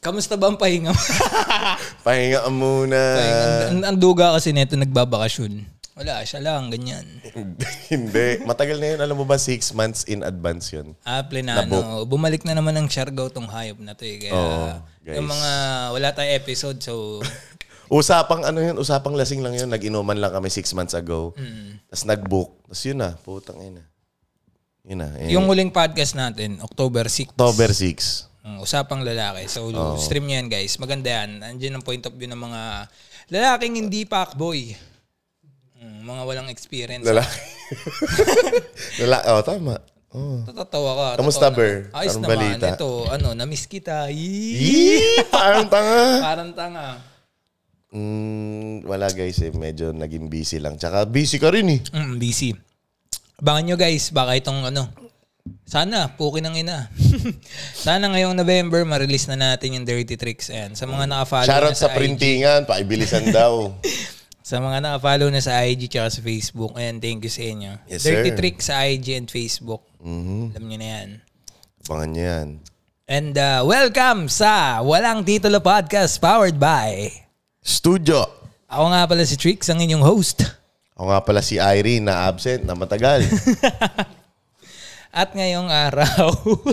Kamusta ba ang pahinga mo? Pahinga ka muna. Ah. ang, ang, ang duga kasi neto nagbabakasyon. Wala, siya lang, ganyan. Hindi. Matagal na yun. Alam mo ba, six months in advance yun. Ah, plenano. Bumalik na naman ng Siargao tong hayop na to eh. Kaya Oo, guys. yung mga wala tayong episode so Usapang ano yun, usapang lasing lang yun. Nag-inuman lang kami six months ago. Mm. Tapos nag-book. Tapos yun na, putang ina. Yun na. eh. yung huling podcast natin, October 6. October 6. Mm, usapang lalaki. So stream niyo yan guys. Maganda yan. Andiyan ang point of view ng mga lalaking hindi fuckboy. Mm, mga walang experience. Lalaki. Lala, oh, tama. Oh. Tatawa ka. Kamusta, totoo Ber? naman. Ayos Anong naman. balita? Ito, ano, na-miss kita. Yee! Yee! Parang tanga. Parang tanga. Mm, wala guys eh. Medyo naging busy lang. Tsaka busy ka rin eh. Mm, busy. Abangan nyo guys, baka itong ano, sana, puki ng ina. sana ngayong November, ma-release na natin yung Dirty Tricks. Ayan. Sa mga naka-follow Shoutout na Ano sa, sa printingan. Paibilisan daw. sa mga naka-follow na sa IG tsaka sa Facebook. Ayan, thank you sa inyo. Yes, Dirty sir. Mm. Tricks sa IG and Facebook. Alam nyo na yan. Mhm. Abangan nyo yan. And uh, welcome sa Walang Titulo Podcast powered by... Studio. Ako nga pala si Trix, ang inyong host. Ako nga pala si Irene na absent na matagal. At ngayong araw...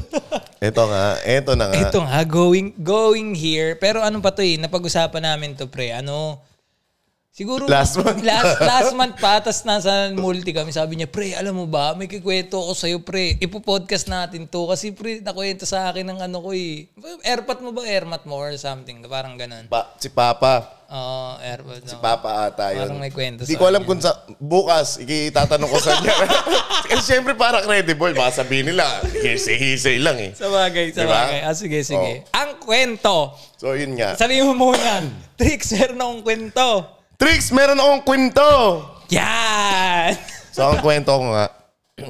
Ito nga. Ito na nga. Ito nga, going, going here. Pero ano pa to eh, napag-usapan namin to pre. Ano, siguro... Last month. Last, last month pa, tas nasa multi kami. Sabi niya, pre, alam mo ba, may kikwento ako sa'yo, pre. Ipo-podcast natin to. Kasi pre, nakwento sa akin ng ano ko eh. Airpat mo ba? Airmat mo or something. Parang ganun. Pa, si Papa. Oo, airpat. Si Papa ata yun. Parang may kwento Di sa ko alam kung sa... Bukas, ikitatanong ko sa niya. Kasi syempre para credible. Baka sabihin nila, hise-hise lang eh. Sa bagay, sa Diba? bagay. Ah, sige, sige. Oh. Ang kwento. So yun nga. Sabihin mo muna. Tricks, meron akong kwento. Trix, meron akong kwento! Yan! So ang kwento ko nga,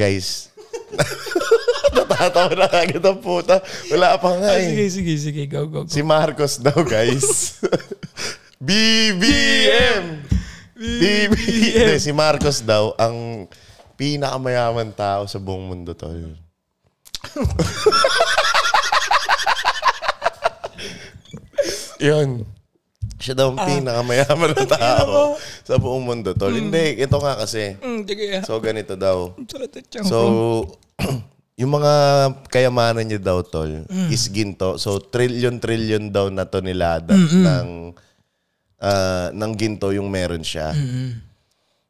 guys, natatawa na agad ang puta. Wala pa nga Ah, eh. sige, sige, sige. Go, go, go. Si Marcos daw, guys. BBM! BBM! si Marcos daw, ang pinakamayaman tao sa buong mundo, tol. Yun. Siya daw ang pinakamayaman na tao sa buong mundo, tol. Hindi, ito nga kasi. Mm, sige. So, ganito daw. Sarap at siyang- So, yung mga kayamanan niya daw, tol, is ginto. So, trillion-trillion daw na tonelada ng, ah, ng ginto yung meron siya.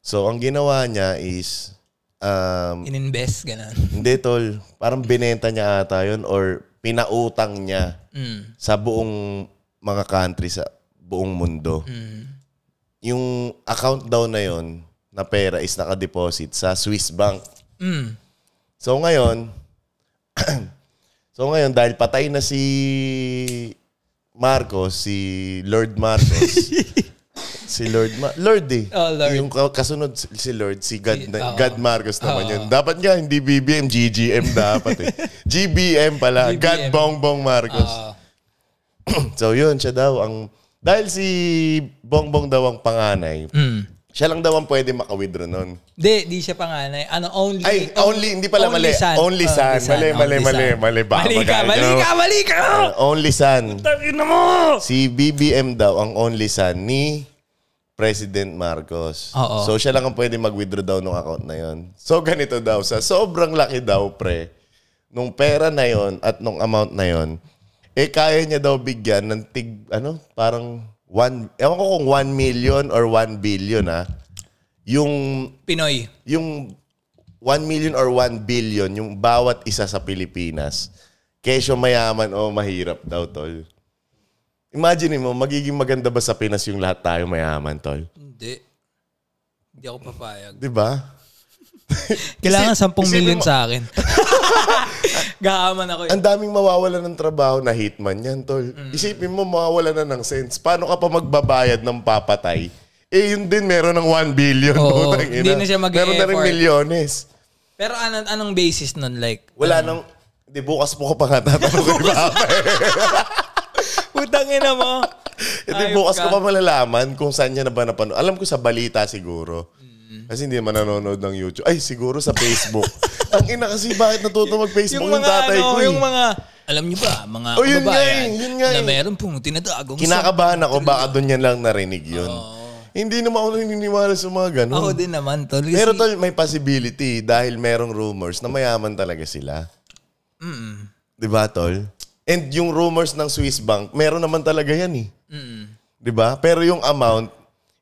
So, ang ginawa niya is, um, Ininvest, gano'n. hindi, tol, parang binenta niya ata yun or pinautang niya sa buong mga country sa buong mundo. Yung account daw na yon na pera is nakadeposit sa Swiss Bank. Mm. So ngayon, so ngayon dahil patay na si Marcos, si Lord Marcos. si Lord Ma- Lord eh. Oh, Lord. Yung ka- kasunod si si Lord, si God, na- oo. God Marcos naman Oo. yun. Dapat nga hindi BBM, GGM dapat eh. GBM pala, God GBM. Bongbong Marcos. Ah. so yun, siya daw ang... Dahil si Bongbong daw ang panganay, Mm. siya lang daw ang pwede maka-withdraw nun. Di, di siya panganay. Ano, only... Ay, only, hindi pala only mali. son. Only son. Mali, mali, only mali, son. mali. Baka Mali ka, magkano. mali ka, mali ka! Uh, only son. Tangin na mo! Si BBM daw ang only son ni President Marcos. Oo. So siya lang ang pwede mag-withdraw daw ng account na yon. So ganito daw, sa sobrang laki daw pre, nung pera na yon at nung amount na yon, eh kaya niya daw bigyan ng tig, ano, parang one, ewan ko kung 1 million or 1 billion ah. Yung Pinoy. yung 1 million or 1 billion, yung bawat isa sa Pilipinas, kesyo mayaman o mahirap daw, tol. Imagine mo, magiging maganda ba sa Pinas yung lahat tayo mayaman, tol? Hindi. Hindi ako papayag. Di ba? Kailangan 10 isipin million mo- sa akin. Gahaman ako. eh. Ang daming mawawala ng trabaho na hitman yan, tol. Mm. Isipin mo, mawawala na ng sense. Paano ka pa magbabayad ng papatay? Eh, yun din, meron ng 1 billion. Oo, putang ina. hindi na siya mag-e-effort. Meron na rin milyones. Pero anong, anong basis nun? Like, Wala nang... Di, bukas po ko pa nga tatanong kay Papa. putangin na mo. Hindi, Ayop bukas ka. ko pa malalaman kung saan niya na ba napanood. Alam ko sa balita siguro. Mm. Kasi hindi naman nanonood ng YouTube. Ay, siguro sa Facebook. Ang ina kasi, bakit natuto mag-Facebook Yung yung, mga tatay ano, ko? eh? yung mga Alam niyo ba, mga Oh, yun nga kababayan, eh, yun nga na eh. meron pong tinatagong Kinakabahan ako, baka doon yan lang narinig yun. Hindi naman ako naniniwala sa mga ganun. Ako din naman, tol. Kasi, Pero tol, may possibility dahil merong rumors na mayaman talaga sila. Mm-mm. 'Di ba, tol? And yung rumors ng Swiss Bank, meron naman talaga 'yan eh. Mm-mm. 'Di ba? Pero yung amount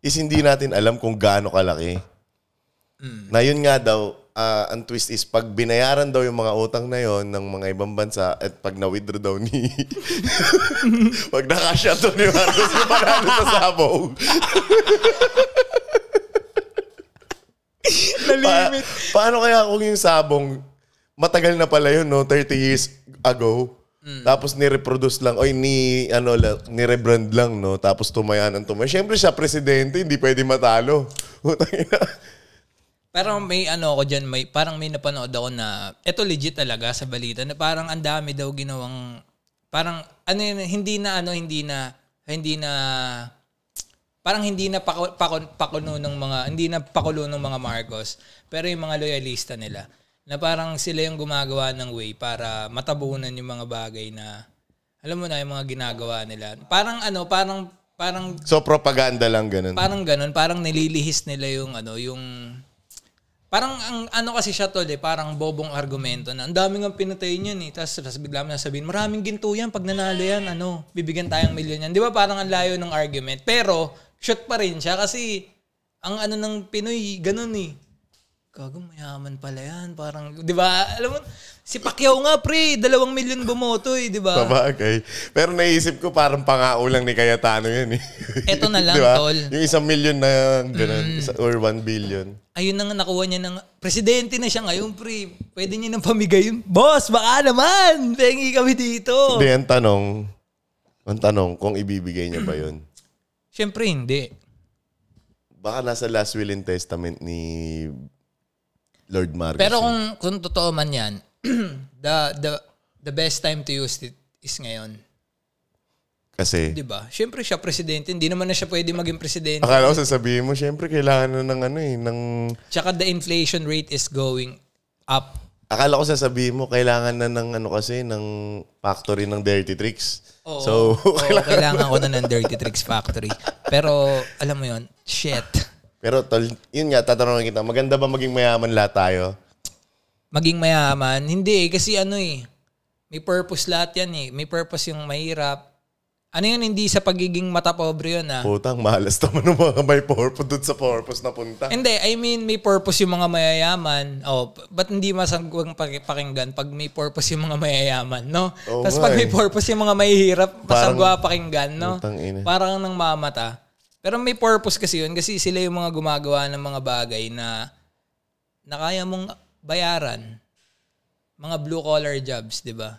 is hindi natin alam kung gaano kalaki. Na yun nga daw, ah, ang twist is pag binayaran daw yung mga utang na yon ng mga ibang bansa at pag na-withdraw daw ni... pag nakasya to ni Marcos, yung panalo sa sabong. Pa- paano kaya kung yung sabong, matagal na pala yun, no? 30 years ago. Mm. Tapos ni-reproduce lang, oy ni ano la- ni-rebrand lang no, tapos tumaya ng tumaya. Siyempre siya presidente, hindi pwede matalo. Putang ina. Parang may ano ako dyan, may, parang may napanood ako na, eto legit talaga sa balita, na parang ang dami daw ginawang, parang ano yun, hindi na ano, hindi na, hindi na, parang hindi na pako, pako, pakuno ng mga, hindi na pakulo ng mga Marcos, pero yung mga loyalista nila, na parang sila yung gumagawa ng way para matabunan yung mga bagay na, alam mo na yung mga ginagawa nila. Parang ano, parang, parang So propaganda lang ganun. Parang ganun, parang nililihis nila yung ano, yung parang ang ano kasi siya tol eh, parang bobong argumento na ang daming ang pinatay niyan eh. Tapos, tapos bigla mo sabihin, maraming ginto yan, pag nanalo yan, ano, bibigyan tayong milyon yan. Di ba parang ang layo ng argument? Pero, shoot pa rin siya kasi ang ano ng Pinoy, ganun eh. Gago, mayaman pala yan. Parang, di ba, alam mo, si Pacquiao nga pre, dalawang milyon bumoto eh, di ba? Sabagay. Pero naisip ko parang pangao lang ni Cayetano yan eh. Eto na lang, Di ba? tol. Mm. Yung isang million na ganun, isa- or one billion. ayun na nga nakuha niya ng presidente na siya ngayon, pre. Pwede niya nang pamigay yun. Boss, baka naman. Pengi kami dito. Hindi, ang tanong, ang tanong kung ibibigay niya ba yun. Siyempre hindi. Baka nasa last will and testament ni Lord Marcos. eh. Pero kung kung totoo man 'yan, the the the best time to use it is ngayon. Kasi, 'Di ba? Siyempre siya presidente, hindi naman na siya pwede maging presidente. akala ko sasabihin mo, syempre kailangan na ng ano eh, ng... Tsaka the inflation rate is going up. Akala ko sasabihin mo, kailangan na ng ano kasi, ng factory ng Dirty Tricks. Oo. so, Oo, kailangan ko na ng Dirty Tricks Factory. Pero alam mo 'yon, shit. pero tol, yun nga, tatanungin kita, maganda ba maging mayaman lahat tayo? maging mayaman. Hindi eh, kasi ano eh, may purpose lahat yan eh. May purpose yung mahirap. Ano yun, hindi sa pagiging matapobre yun ah. Putang, malas naman ng mga may purpose doon sa purpose na punta. Hindi, I mean, may purpose yung mga mayayaman. Oh, p- ba't hindi masagwang paki- pakinggan pag may purpose yung mga mayayaman, no? Oo Tapos nga pag may eh. purpose yung mga mahihirap, masagwa pakinggan, no? Putang ina. Parang nang mamata. Pero may purpose kasi yun kasi sila yung mga gumagawa ng mga bagay na na kaya mong bayaran. Mga blue collar jobs, 'di ba?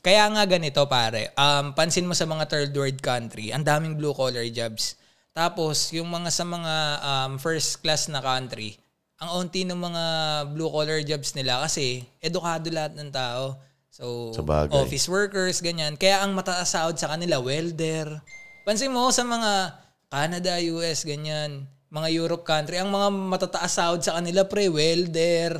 Kaya nga ganito pare, um, pansin mo sa mga third world country, ang daming blue collar jobs. Tapos yung mga sa mga um, first class na country, ang onti ng mga blue collar jobs nila kasi edukado lahat ng tao. So, Sa bagay. office workers, ganyan. Kaya ang mataas sahod sa kanila, welder. Pansin mo sa mga Canada, US, ganyan, mga Europe country, ang mga matataas sahod sa kanila, pre, welder,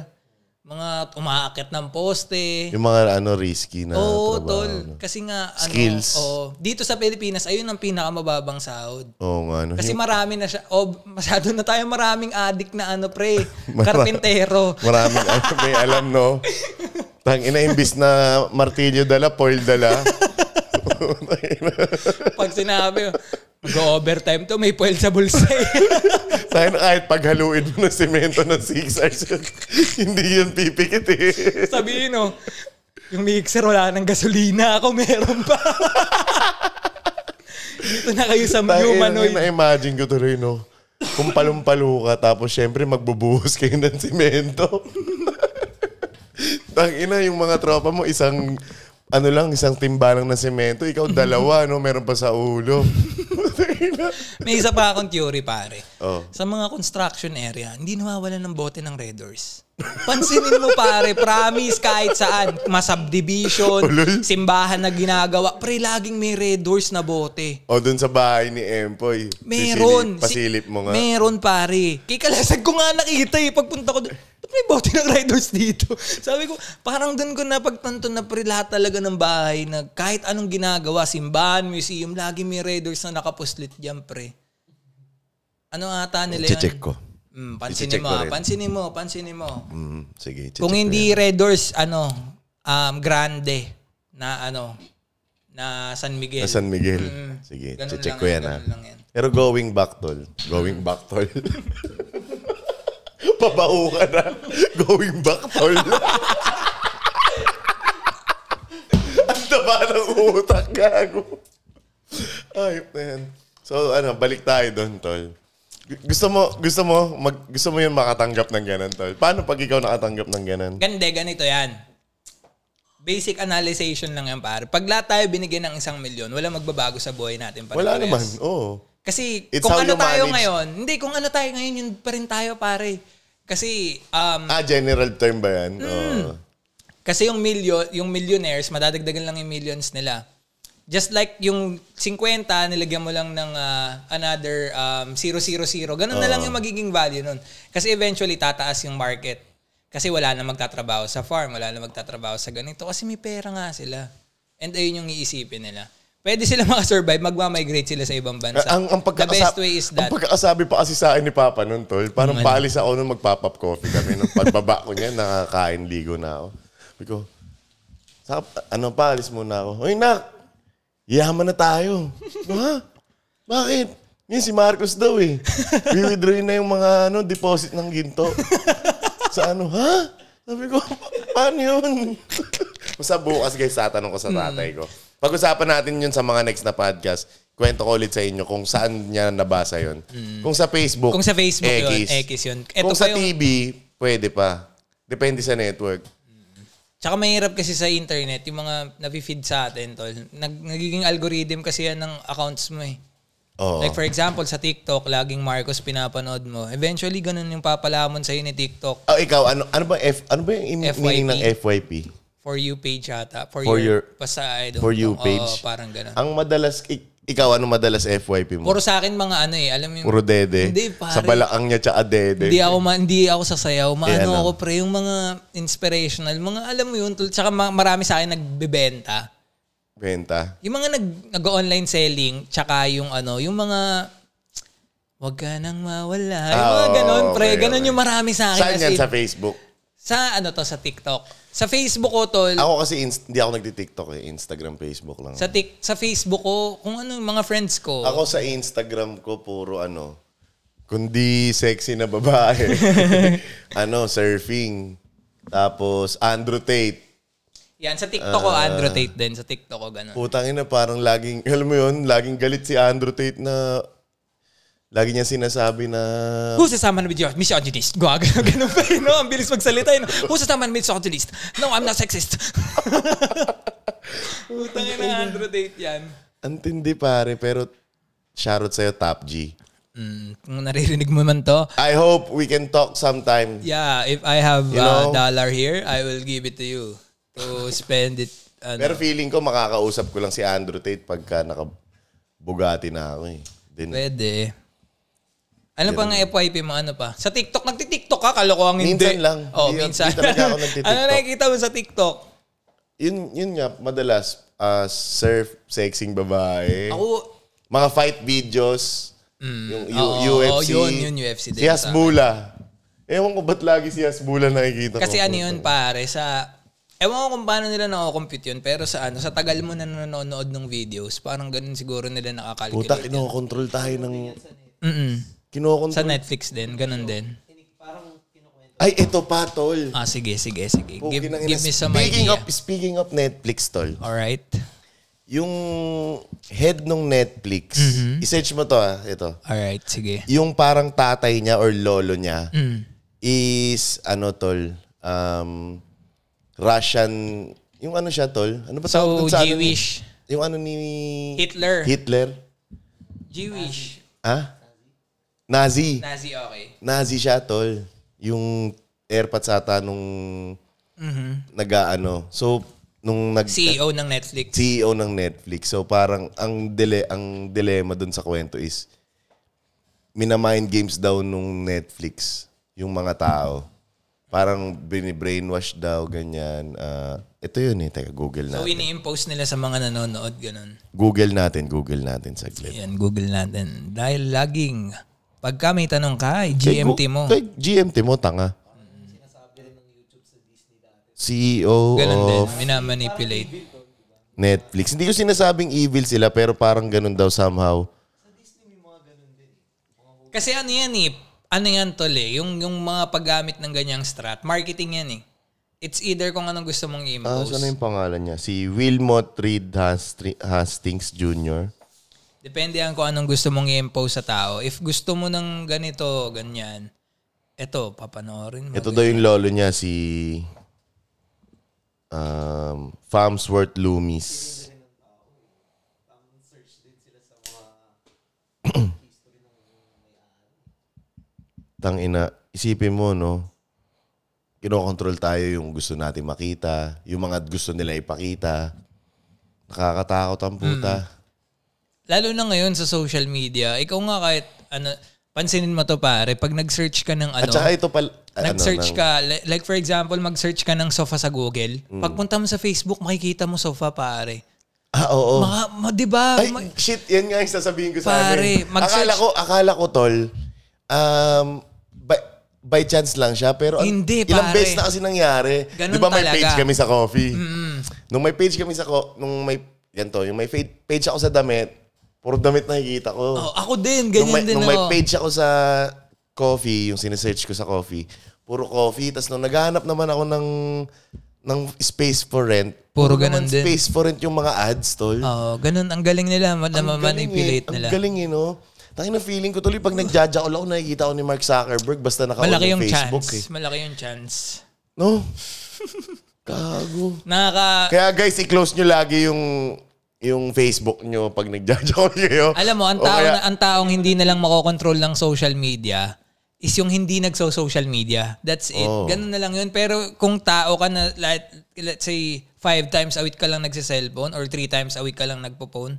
mga umaakit ng poste. Yung mga ano, risky na Oo, trabaho. tol. no? Kasi nga, ano, Skills. oo. dito sa Pilipinas, ayun ang pinakamababang sahod. Oo nga, ano. Kasi marami na siya. O, masyado na tayo maraming addict na ano, pre. Mara- Karpintero. Maraming ano, may alam, no? Tang ina, imbis na martilyo dala, foil dala. Pag sinabi, mag-overtime to, may puwel sa bulsa. eh. Sa akin, kahit paghaluin mo ng simento ng 6 hours, hindi yun pipikit eh. Sabihin, no, yung mixer, wala ng gasolina. Ako meron pa. dito na kayo sa Tang ina, humanoid. na-imagine ko tuloy, no? Kung palumpalo ka, tapos syempre magbubuhos kayo ng simento. Tang ina, yung mga tropa mo, isang ano lang, isang timbalang ng simento. Ikaw dalawa, no? Meron pa sa ulo. Tang ina. May isa pa akong theory, pare. Oh. Sa mga construction area, hindi nawawalan ng bote ng Red Doors. Pansinin mo, pare. Promise, kahit saan. Ulol. Masubdivision, simbahan na ginagawa. Pre, laging may Red Doors na bote. O dun sa bahay ni Empoy. Meron. Sisilip, pasilip Si- mo nga. Meron, pare. Kikalasag ko nga nakita eh. Pagpunta ko doon. Ba't ba't may bote ng riders dito? Sabi ko, parang doon ko napagtanto na pre lahat talaga ng bahay na kahit anong ginagawa, simbahan, museum, lagi may riders na nakapuslit dyan, pre. Ano ata nila yun? Che-check ko. Mm, pansinin Iche-check mo, ko rin. pansinin mo, pansinin mo. Mm, sige, che-check Kung ko hindi Red Doors, ano, um, Grande na ano, na San yan. Miguel. San Miguel. Mm, Sige, ganun lang che-check ko yan yan, ha. ganun lang yan. Pero going back, tol. Going back, tol. Pabao ka na. Going back, tol. Ang daba ng utak, gago. Ayop na yan. So, ano, balik tayo doon, tol. Gu- Gusto mo, gusto mo, mag, gusto mo yun makatanggap ng ganun, tol? Paano pag ikaw nakatanggap ng ganun? Gande, ganito yan. Basic analysis lang yan, pare. Pag lahat tayo binigyan ng isang milyon, wala magbabago sa buhay natin. pare. Wala Parehas. naman, oo. Kasi It's kung how ano you tayo manage. ngayon, hindi, kung ano tayo ngayon, yun pa rin tayo, pare. Kasi, um, Ah, general term ba yan? Hmm. Oo. Kasi yung milyon, yung millionaires, madadagdagan lang yung millions nila. Just like yung 50, nilagyan mo lang ng ah, another um, 000. Ganun na lang yung magiging value nun. Kasi eventually, tataas yung market. Kasi wala na magtatrabaho sa farm, wala na magtatrabaho sa ganito. Kasi may pera nga sila. And ayun yung iisipin nila. Pwede sila makasurvive, magmamigrate sila sa ibang bansa. ang, ang The pagkakasa- best way is Ang that. pagkakasabi pa kasi sa akin ni Papa nun, tol. Parang Ano? paalis ako nung magpapap coffee kami. Nung pagbaba ko niya, nakakain ligo na ako. Sabi ko, "Sa- ano, paalis muna ako. Hoy, nak! Yaman na tayo. ha? Bakit? Yun si Marcos daw eh. Withdraw na yung mga ano, deposit ng ginto. sa ano, ha? Sabi ko, paano yun? Hmm. Basta bukas guys, tatanong ko sa tatay ko. Pag-usapan natin yun sa mga next na podcast. Kwento ko ulit sa inyo kung saan niya nabasa yun. Hmm. Kung sa Facebook. Kung sa Facebook X. yun, X yun. Eto kung pa sa yung- TV, pwede pa. Depende sa network. Tsaka mahirap kasi sa internet, yung mga nafe-feed sa atin, tol. Nag, nagiging algorithm kasi yan ng accounts mo eh. Oo. Like for example, sa TikTok, laging Marcos pinapanood mo. Eventually, ganun yung papalamon sa'yo ni TikTok. Oh, ikaw, ano, ano ba, F, ano ba yung im- FYP? meaning ng FYP? For you page ata. For, For your, your- basta I don't for you know. page? Oo, parang ganun. Ang madalas, ik- ikaw, ano madalas FYP mo? Puro sa akin mga ano eh, alam mo yung... Puro dede. Hindi, pare. Sa balaang niya, tsaka dede. Hindi ako, ma- hindi ako sasayaw. Maano ano? ako pre, yung mga inspirational, mga alam mo yun, tol. Tsaka ma- marami sa akin nagbebenta. Benta. Yung mga nag nag-online selling tsaka yung ano, yung mga wag ka nang mawala. Yung mga Ah, ganon, oo, pre. okay, ganon okay. yung marami sa akin. Saan As yan? in, Sa Facebook? sa ano to, sa TikTok. Sa Facebook ko, tol. Ako kasi inst- hindi ako nagti-TikTok eh. Instagram, Facebook lang. Sa, tik, sa Facebook ko, kung ano yung mga friends ko. ako sa Instagram ko puro ano, kundi sexy na babae. ano, surfing. Tapos Andrew Tate. Yan, sa TikTok Ah. ko, Andrew Tate din. Sa TikTok ko, ganon. Putangin na parang laging, alam mo yun, laging galit si Andrew Tate na lagi niya sinasabi na Who sasama na with your misogynist? Gwa, ganon, ganon pa yun, no? Ang bilis magsalita yun. Who sasama na misogynist? No, I'm not sexist. Putangin na Andrew Tate yan. antindi pare pero shoutout sa'yo Top G. Mm, kung naririnig mo man to, I hope we can talk sometime. Yeah, if I have a You know? dollar here, I will give it to you to spend it. Ano, Pero feeling ko makakausap ko lang si Andrew Tate pagka nakabugati na ako eh. Then, pwede. Ano pa nga FYP mo? Ano pa? Sa TikTok, nagtitiktok ka? Kalokohan hindi. Minsan lang. Oh, Di- minsan. di talaga ako nagtitiktok. ano nakikita mo sa TikTok? yun, yun nga, madalas, ah, surf, sexing babae. Ako, Mm, Mga fight videos. yung U- oo, UFC. yun, yun, UFC din, Si Hasbula. Ewan ko ba't lagi si Hasbula nakikita kasi ko. ano yun pare, sa... Ewan ko kung paano nila nakakompute yun, pero sa ano, sa tagal mo na nanonood ng videos, parang ganun siguro nila Puta, nakakalculate. kinokontrol tayo ng... Mm-mm. Sa Kinokontrol. Netflix din, ganun din. Ay, ito pa, tol. Ah, sige, sige, sige. Give, Pukinang give ina- me some speaking idea. Of, speaking of Netflix, tol. Alright. Yung head ng Netflix, Mm-hmm. isearch mo to ah, ito. Alright, sige. Yung parang tatay niya or lolo niya, Mm. is ano tol um Russian yung ano siya tol ano ba So, dun sa ano ni- Jewish. yung ano ni Hitler. Hitler Jewish. ha Nazi Nazi, okay. Nazi siya tol yung airpods ata nung Mm-hmm. nag-ano so nung nag CEO E ng Netflix. CEO E ng Netflix. So parang ang dile ang dilema dun sa kwento is minamind games daw nung Netflix yung mga tao. parang binibrainwash daw, ganyan. Ah, ito yun eh. Teka, Google na. So, ini-impose nila sa mga nanonood, ganun. Google natin, Google natin saglit. Yan, Google natin. Dahil laging, pagka may tanong ka, eh, GMT mo. Kay GMT mo, tanga. CEO Ganun din, E of minamanipulate. Netflix. Hindi ko sinasabing evil sila, pero parang ganun daw somehow. Kasi ano yan eh, ano yan tol eh, yung, yung mga paggamit ng ganyang strat, marketing yan eh. It's either kung anong gusto mong Ah, i-impose. saan na yung pangalan niya? Si Wilmot Reed Hastri- Hastings Jr. Depende yan kung anong gusto mong i-impose sa tao. If gusto mo ng ganito, ganyan, eto, papanoorin mo. Ito daw yung lolo niya, si um, Farmsworth Loomis. Tang ina, isipin mo, no? Kinokontrol tayo yung gusto natin makita, yung mga gusto nila ipakita. Nakakatakot ang puta. Mm. Lalo na ngayon sa social media, ikaw nga kahit, ano, pansinin mo to pare, pag nag-search ka ng ano, At saka ito pala, nag-search ano, ng- ka, li- like for example, mag-search ka ng sofa sa Google, Mm. pagpunta mo sa Facebook, makikita mo sofa pare. Ah, oo. Mga, ma, di ba? Ay, Ma- shit, yan nga yung sasabihin ko sa Pare, amin. mag-search- Akala ko, akala ko, tol, um, by, by chance lang siya, pero an- Hindi, ilang pare. beses na kasi nangyari. Ganun Di ba may talaga. page kami sa coffee? Nung may page kami sa, co- nung may, ganito, yung may fa- page ako sa damit, puro damit nakikita ko. Oh, ako din, nung ganyan may, din oh. nung may ako. page ako sa coffee, yung sinesearch ko sa coffee, puro coffee. Tapos nung naghahanap naman ako ng ng space for rent, Puro ganun naman din. space for rent yung mga ads, tol. Oo, Oh, ganun, ang galing nila, ma- na manipulate Ang galing eh. nila. Ang galing eh, no? Tangin na feeling ko tuloy pag nagjajaol ako, nakikita ko ni Mark Zuckerberg basta naka-on Malaki ng yung Facebook chance. eh. Malaki yung chance. No? Gago. Nakaka, Kaya guys, i-close nyo lagi yung yung Facebook nyo pag nagjajaol kayo. alam mo, ang O tao kaya- na, ang taong hindi na lang makokontrol ng social media is yung hindi nagso-social media. That's it. Oo. Ganun na lang yun. Pero kung tao ka na, like, let's say, five times a week ka lang nagsiselfone or three times a week ka lang nagpo-phone,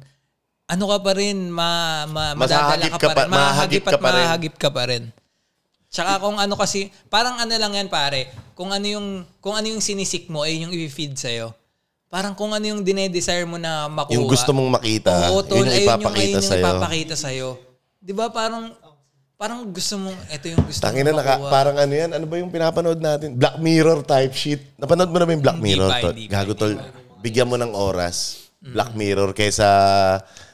ano ka pa rin, ma, ma, madadala Masahagip ka pa ka rin. pa- Mahahagip mahahagip ka at pa rin. mahahagip ka pa rin. Tsaka kung ano kasi, parang ano lang yan pare, kung ano yung, kung ano yung sinisik mo, eh yung i-feed sa'yo. Parang kung ano yung dinedesire mo na makuha. yung gusto mong makita, Oo, tol, yun yung ayun ayun ipapakita yung sa'yo. ipapakita sa'yo. Di ba parang, parang gusto mong, ito yung gusto Tangin na, mong naka, makuha. parang ano yan? Ano ba yung pinapanood natin? Black Mirror type shit. Napanood mo na ba yung Black Hindi Mirror? pa, tol? hindi pa, Mm. Gago, tol. Bigyan mo ng oras. Black Mirror kaysa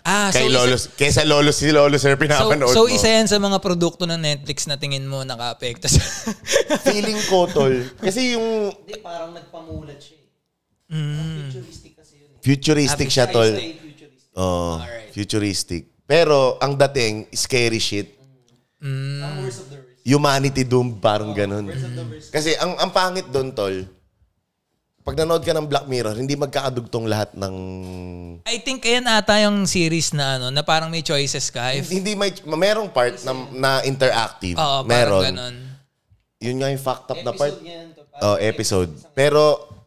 Ah, so kay isa- Lolo, kaysa Lolo si Lolo sir so, pinapanood so mo. isa yan sa mga produkto ng Netflix na tingin mo naka-apekto sa... Feeling ko, tol. Kasi yung Hindi, parang nagpamulat siya eh. Mm. Futuristic kasi yun eh. futuristic siya, tol. Ay, futuristic. Oo, futuristic. Pero ang dating, scary shit. Mm. Ang worst of the worst. Humanity doom, parang ganun. Worst of the worst. Kasi ang, ang pangit doon, tol, pag nanood ka ng Black Mirror, hindi magkakadugtong lahat ng... I think ayan ata yung series na ano, na parang may choices ka. If, Hindi may... Merong part na, na interactive. oo, parang Meron. ganun. Yun nga yung fucked up na part. Episode yan to. Parang Oh, episode. Pero,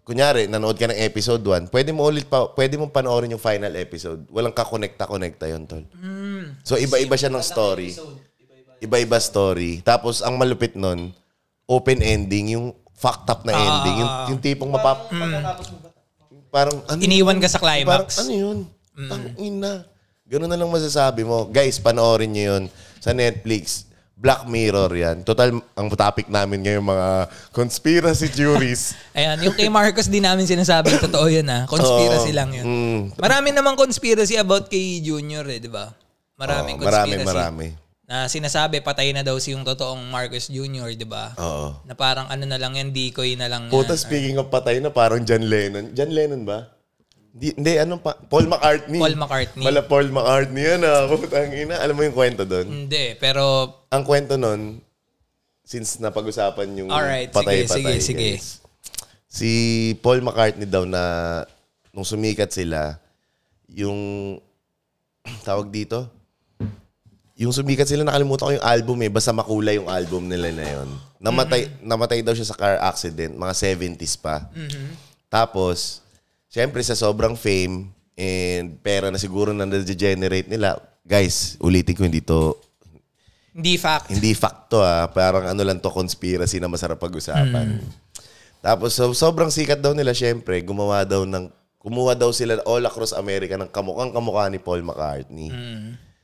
kunyari, nanood ka ng episode 1, pwede mo ulit pa, pwede mo panoorin yung final episode. Walang kakonekta-konekta yun, tol. Hmm. So, iba-iba siya ng story. Iba-iba story. Tapos, ang malupit nun, open ending, yung fucked up Ah. na ending. Yung, yung tipong mapap... Hmm. Pagkatapos mo ba? Parang, ano Iniwan ka sa Parang climax. ano yun? Mm. Tangin na. Ganun na lang masasabi mo. Guys, panoorin nyo yun sa Netflix. Black Mirror yan. Total, ang topic namin ngayon mga conspiracy theories. Ayan, yung kay Marcos din namin sinasabi, totoo yun ah. Conspiracy lang yun. Mm. Marami namang conspiracy about kay Junior eh, di ba? Maraming Oo, marami, conspiracy. marami. Na sinasabi, patay na daw si yung totoong Marcos Jr., di ba? Oo. Na parang ano na lang yan, decoy na lang yan. Oh. Puta, speaking of patay na parang John Lennon. John Lennon ba? Di, hindi, ano pa? Paul McCartney. Paul McCartney. Mala Paul McCartney yan ah. Putang ina. Alam mo yung kwento doon? Hindi, pero Ang kwento nun, since napag-usapan yung Alright, patay-patay. sige, guys, sige, sige. Si Paul McCartney daw na nung sumikat sila, yung tawag dito, yung sumikat sila, nakalimutan ko yung album eh. Basta makulay yung album nila na yun. Namatay, Mm-hmm. namatay daw siya sa car accident, mga 70s pa. Mm-hmm. Tapos, syempre sa sobrang fame and pera na siguro na na-degenerate nila, guys, ulitin ko, hindi to Hindi fact. Hindi fakto ah. Parang ano lang to, conspiracy na masarap pag-usapan. Tapos so, sobrang sikat daw nila syempre, gumawa daw ng kumuha daw sila all across America ng kamukhang kamukha ni Paul McCartney.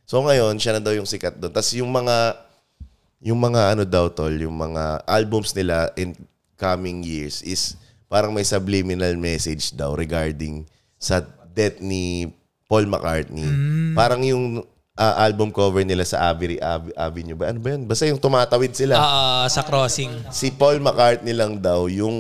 So ngayon, siya na daw yung sikat doon. Tapos yung mga yung mga ano daw tol, yung mga albums nila in coming years is parang may subliminal message daw regarding sa death ni Paul McCartney. Parang yung ah, album cover nila sa Avery Ave- Avenue ba? Ano ba yun? Basta yung tumatawid sila. Ah, sa crossing. Si Paul McCartney lang daw yung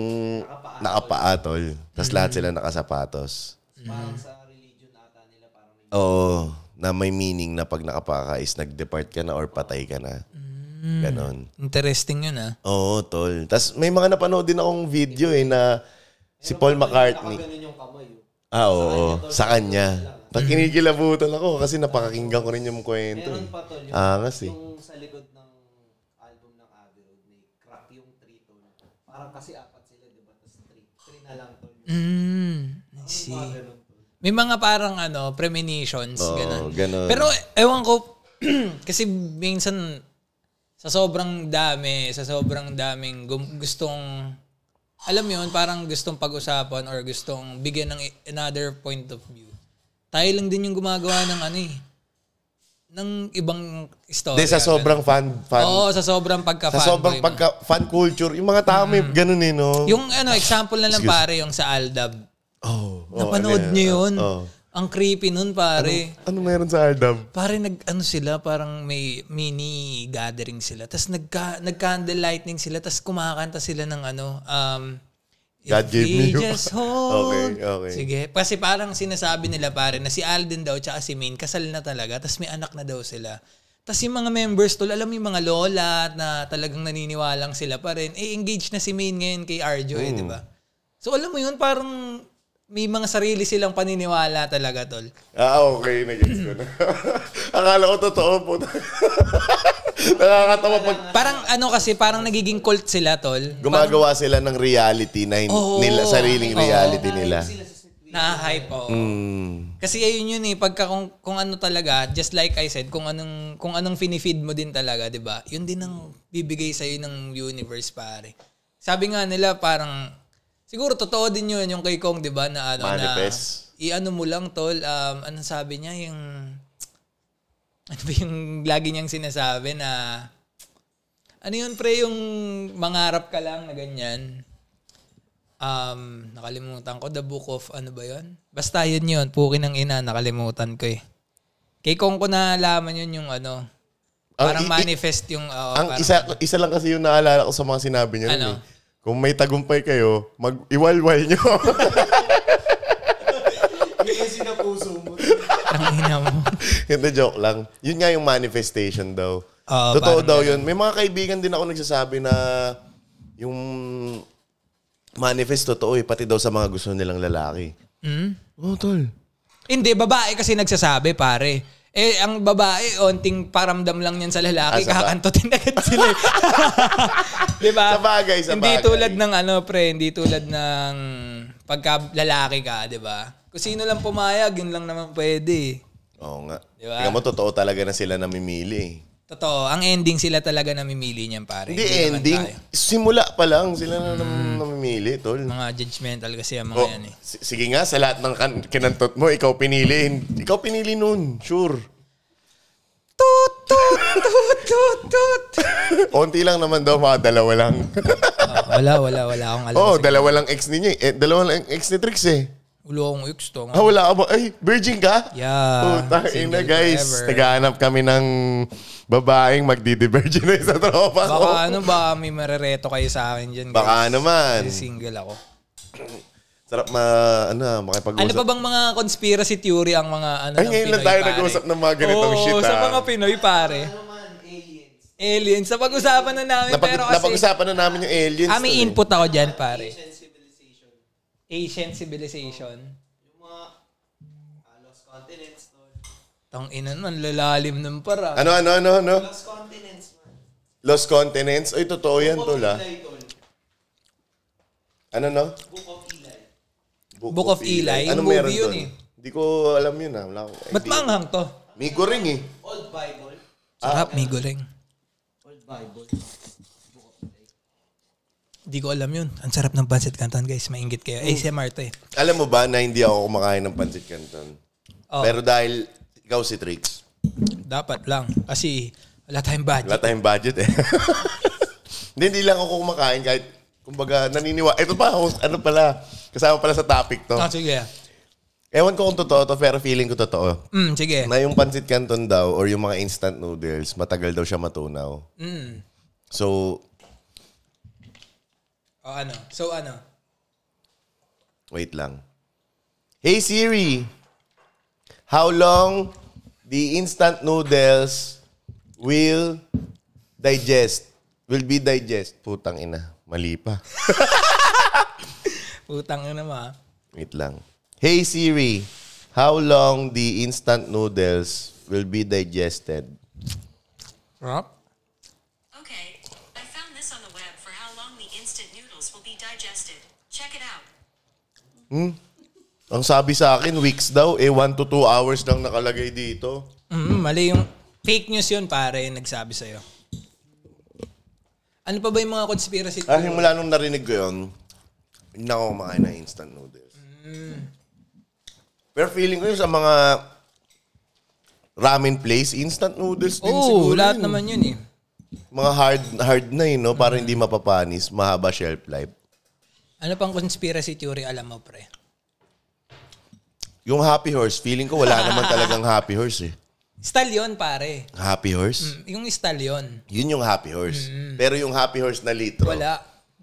nakapaatol. Tapos lahat sila nakasapatos. Mm-hmm. Parang sa religion ata nila, parang may Oo. Na may meaning na pag nakapaka is nag-depart ka na or patay ka na. Ganon. Interesting yun ah. Oo, tol. Tapos may mga napanood din akong video eh na si Paul McCartney. ganun yung kamay. oh. Ah, oo. Sa kanya. Pag kinikilabutan ako kasi napakakinggan ko rin yung kwento. eh. Meron pa tol, yung, Ah, kasi. yung sa likod ng album ng Abbey Road, may crack yung trito. Parang kasi apat sila, di ba? Tapos three, three na lang tol. Yung Mm. I see. ganun tol. May mga parang ano, premonitions, Oo, ganun. ganon. Pero ewan ko, kasi minsan sa sobrang dami, sa sobrang daming gum- gustong, alam mo yun, parang gustong pag-usapan or gustong bigyan ng i- another point of view. Tayo lang din yung gumagawa ng ano eh, ng ibang story. Hindi, sa sobrang fan, fan, Oo, sa sobrang sa pagka-fanboy. sobrang mo. pagka, fan culture, yung mga tao may ganun eh, no? Mm. Yung ano, example na lang pare, yung sa Aldab. oh, oh, Napanood ano niyo yun? yun? Oo. Ang creepy nun pare. Ano meron sa Aldab? Pare nag ano sila parang may mini gathering sila. Tapos nagka nag candle lightning sila tapos kumakanta sila ng ano um God If gave we me you. just hold. Okay, okay. Sige. Kasi parang sinasabi nila pare na si Alden daw tsaka si Maine kasal na talaga tapos may anak na daw sila. Tapos yung mga members tol, alam mo yung mga lola na talagang naniniwalang sila pa rin, eh engaged na si Maine ngayon kay Arjo eh, di Hmm. ba? So alam mo yun, parang may mga sarili silang paniniwala talaga tol. Ah, okay. Nag-gets ko na. Akala ko totoo po. Nakakatawa pag Parang ano kasi, parang nagiging cult sila, tol. gumagawa sila ng reality na hin- Oo. nila, sariling Oo. reality nila. Sila sa situation. Na-hype, oo. Mm. Kasi ayun yun eh, pagka kung, kung ano talaga, just like I said, kung anong, kung anong finifeed mo din talaga, di ba? Yun din ang bibigay sa'yo ng universe, pare. Sabi nga nila, parang, siguro totoo din yun, yung kay Kong, di ba? Na ano, Manifest. na, i-ano mo lang, tol, um, anong sabi niya, yung, ano ba yung lagi niyang sinasabi na, ano yun, pre, yung mangarap ka lang na ganyan. Um, nakalimutan ko, The Book of, ano ba yun? Basta yun yun, Puki ng Ina, nakalimutan ko eh. Kay Kong ko nalaman yun yung ano, Ang parang Ah, i- i- manifest yung, oo, Ang parang, isa, isa lang kasi yung naalala ko sa mga sinabi niya. Ano? Ano? Eh. Kung may tagumpay kayo, mag-iwalwal niyo. Yung kasi na puso mo. ang ina mo. Hindi, joke lang. Yun nga yung manifestation daw. Oo, Totoo parang daw yun. May mga kaibigan din ako nagsasabi na yung manifest totoo eh, pati daw sa mga gusto nilang lalaki. Hmm? Oh, tol. Hindi, babae kasi nagsasabi, pare. Eh, ang babae, onting paramdam lang yan sa lalaki, Ah, sa ba- kakantotin agad sila. eh. Di ba? Sa bagay, sa Hindi bagay. tulad ng ano, pre, hindi tulad ng pagka lalaki ka, di ba? Kung sino lang pumayag, yun lang naman pwede. eh. Oo nga. Diba? Tingnan mo, totoo talaga na sila namimili eh. Totoo, ang ending sila talaga namimili niyan, pare. Hindi naman ending. tayo. Simula pa lang sila na nam- namimili, tol. Mga judgmental kasi ang mga Oh, yan eh. si- sige nga, sa lahat ng kan- kinantot mo, ikaw pinili. Hin- Ikaw pinili nun, sure. Tut, tut, tut, tut, tut. Onti lang naman daw, mga dalawa lang. Ah, wala, wala, wala akong alam. Oo, oh, sa- dalawa lang ex ninyo eh. eh. Dalawa lang ex ni Trix eh. Ulo akong yukes to. Ah, wala ka ba? Ay, virgin ka? Yeah. Putang ina, Single guys. forever. Naghahanap kami ng babaeng magdidiverginate sa tropa ko. Baka ano ba, may marereto kayo sa akin dyan. Baka ano naman. Kasi single ako. Sarap ma, ano, makipag-usap. Ano pa bang mga conspiracy theory ang mga ano Ay, ng ngayon lang Pinoy, tayo pare? nag-uusap ng mga ganitong Oo, shit, sa ah. mga Pinoy, pare. Ano man, aliens. Aliens, napag-usapan na namin, Napag- pero kasi... napag-usapan na namin yung aliens. Ah, may tol, eh. input ako dyan, pare. Ancient civilization. Asian civilization. Yung mga ah, lost continents tol. Tang ina nun, lalalim ng para. Ano, ano, ano, ano? Lost continents man. Lost Continents? Ay, totoo yan, Book tol, of ah. Eli tol. Ano, no? Book of Eli. Book of Eli. Ano Yung meron movie yun, doon? eh. Hindi ko alam yun, ah. Wala ko. Ba't idea. maanghang to? Migo ring, eh. Old Bible. Sarap, may guling. Bible. Hindi ko alam yun. Ang sarap ng pancit canton, guys. Mainggit kayo. ASMR to eh. Alam mo ba na hindi ako kumakain ng pancit canton? Oh. Pero dahil ikaw si Trix. Dapat lang. Kasi wala tayong budget. Wala tayong budget eh. hindi, hindi lang ako kumakain kahit kumbaga naniniwa. Ito pa, host, ano pala, kasama pala sa topic to. Ah, sige. Ewan ko kung totoo to, pero feeling ko totoo. Mm, sige. Na yung pancit canton daw or yung mga instant noodles, matagal daw siya matunaw. Mm. So, O ano? So ano? wait lang. Hey Siri, how long the instant noodles will digest? Will be digest. Putang ina, mali pa. Utang na naman. ah. Wait lang. Hey Siri, how long the instant noodles will be digested? Rob? Okay, I found this on the web for how long the instant noodles will be digested. Check it out. Ang sabi sa akin, weeks daw. Eh, 1 to 2 hours lang nakalagay dito. Mm, mali yung fake news yun, pare, yung nagsabi sa'yo. Ano pa ba yung mga conspiracy? Ah, mula nung narinig ko yun, hindi na ako kumakain ng instant noodles. Pero feeling ko yun sa mga ramen place, instant noodles din Oo, oh, siguro. lahat yun. naman yun eh. Mga hard, hard na yun, no? Para hindi mapapanis, mahaba shelf life. Ano pang conspiracy theory alam mo, pre? Yung happy horse, feeling ko wala naman talagang happy horse eh. Style yun, pare. Happy horse? Mm, Yung style yun. Yun yung happy horse. Pero yung happy horse na litro, Wala.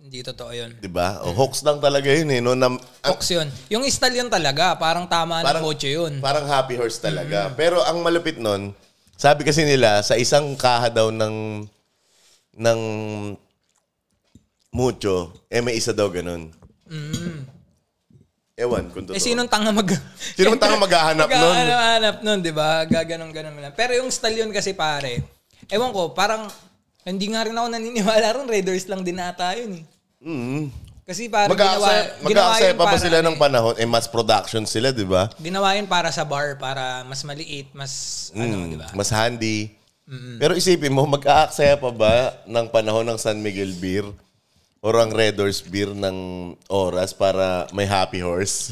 Hindi totoo yun. 'di ba? O hoax lang talaga yun eh, no? Na, ang- Fox yun. Yung style yun talaga. Parang tama ng kotse yun. Mm-hmm. Parang happy horse talaga. Pero ang malupit nun, sabi kasi nila sa isang kaha daw ng ng mucho, eh may isa daw ganun. Ewan kung Mm-hmm. totoo. Eh, sinong tanga mag... Sinong tanga maghahanap nun? Maghahanap nun, di ba? Gaganong-ganon lang. Pero yung style yun kasi, pare, ewan ko, parang, hindi nga rin ako naniniwala ron, Raiders lang din ata yun eh. Mm. Kasi parang ginawa, ginawa Mag-accept yun mag-accept pa ba para, sila ng ano eh, panahon? Eh, mas production sila, di ba? ginawa yun para sa bar, para mas maliit, mas, ano, Mm, di ba? Mas handy. Pero isipin mo, mag-aaksaya pa ba ng panahon ng San Miguel beer or ang Red Horse beer ng oras para may happy horse?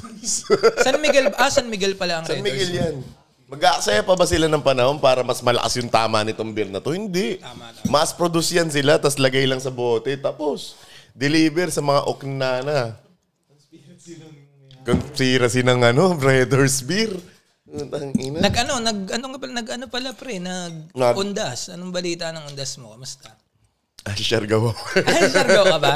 San Miguel, ah, San Miguel pala ang San Raiders. Miguel yan. Mag-aaksaya pa ba sila ng panahon para mas malakas yung tama nitong beer na to? Hindi. Tama, tama. Mas produce yan sila, tas lagay lang sa bote, tapos deliver sa mga oknana. Conspiracy ng ano, Red Horse beer. Ang ina. Nag ano, nag ano nga pala, nag ano pala pre, nag Nag- undas. Anong balita ng undas mo? Kamusta? Ay, sure gawa. Ay, sargo ka ba?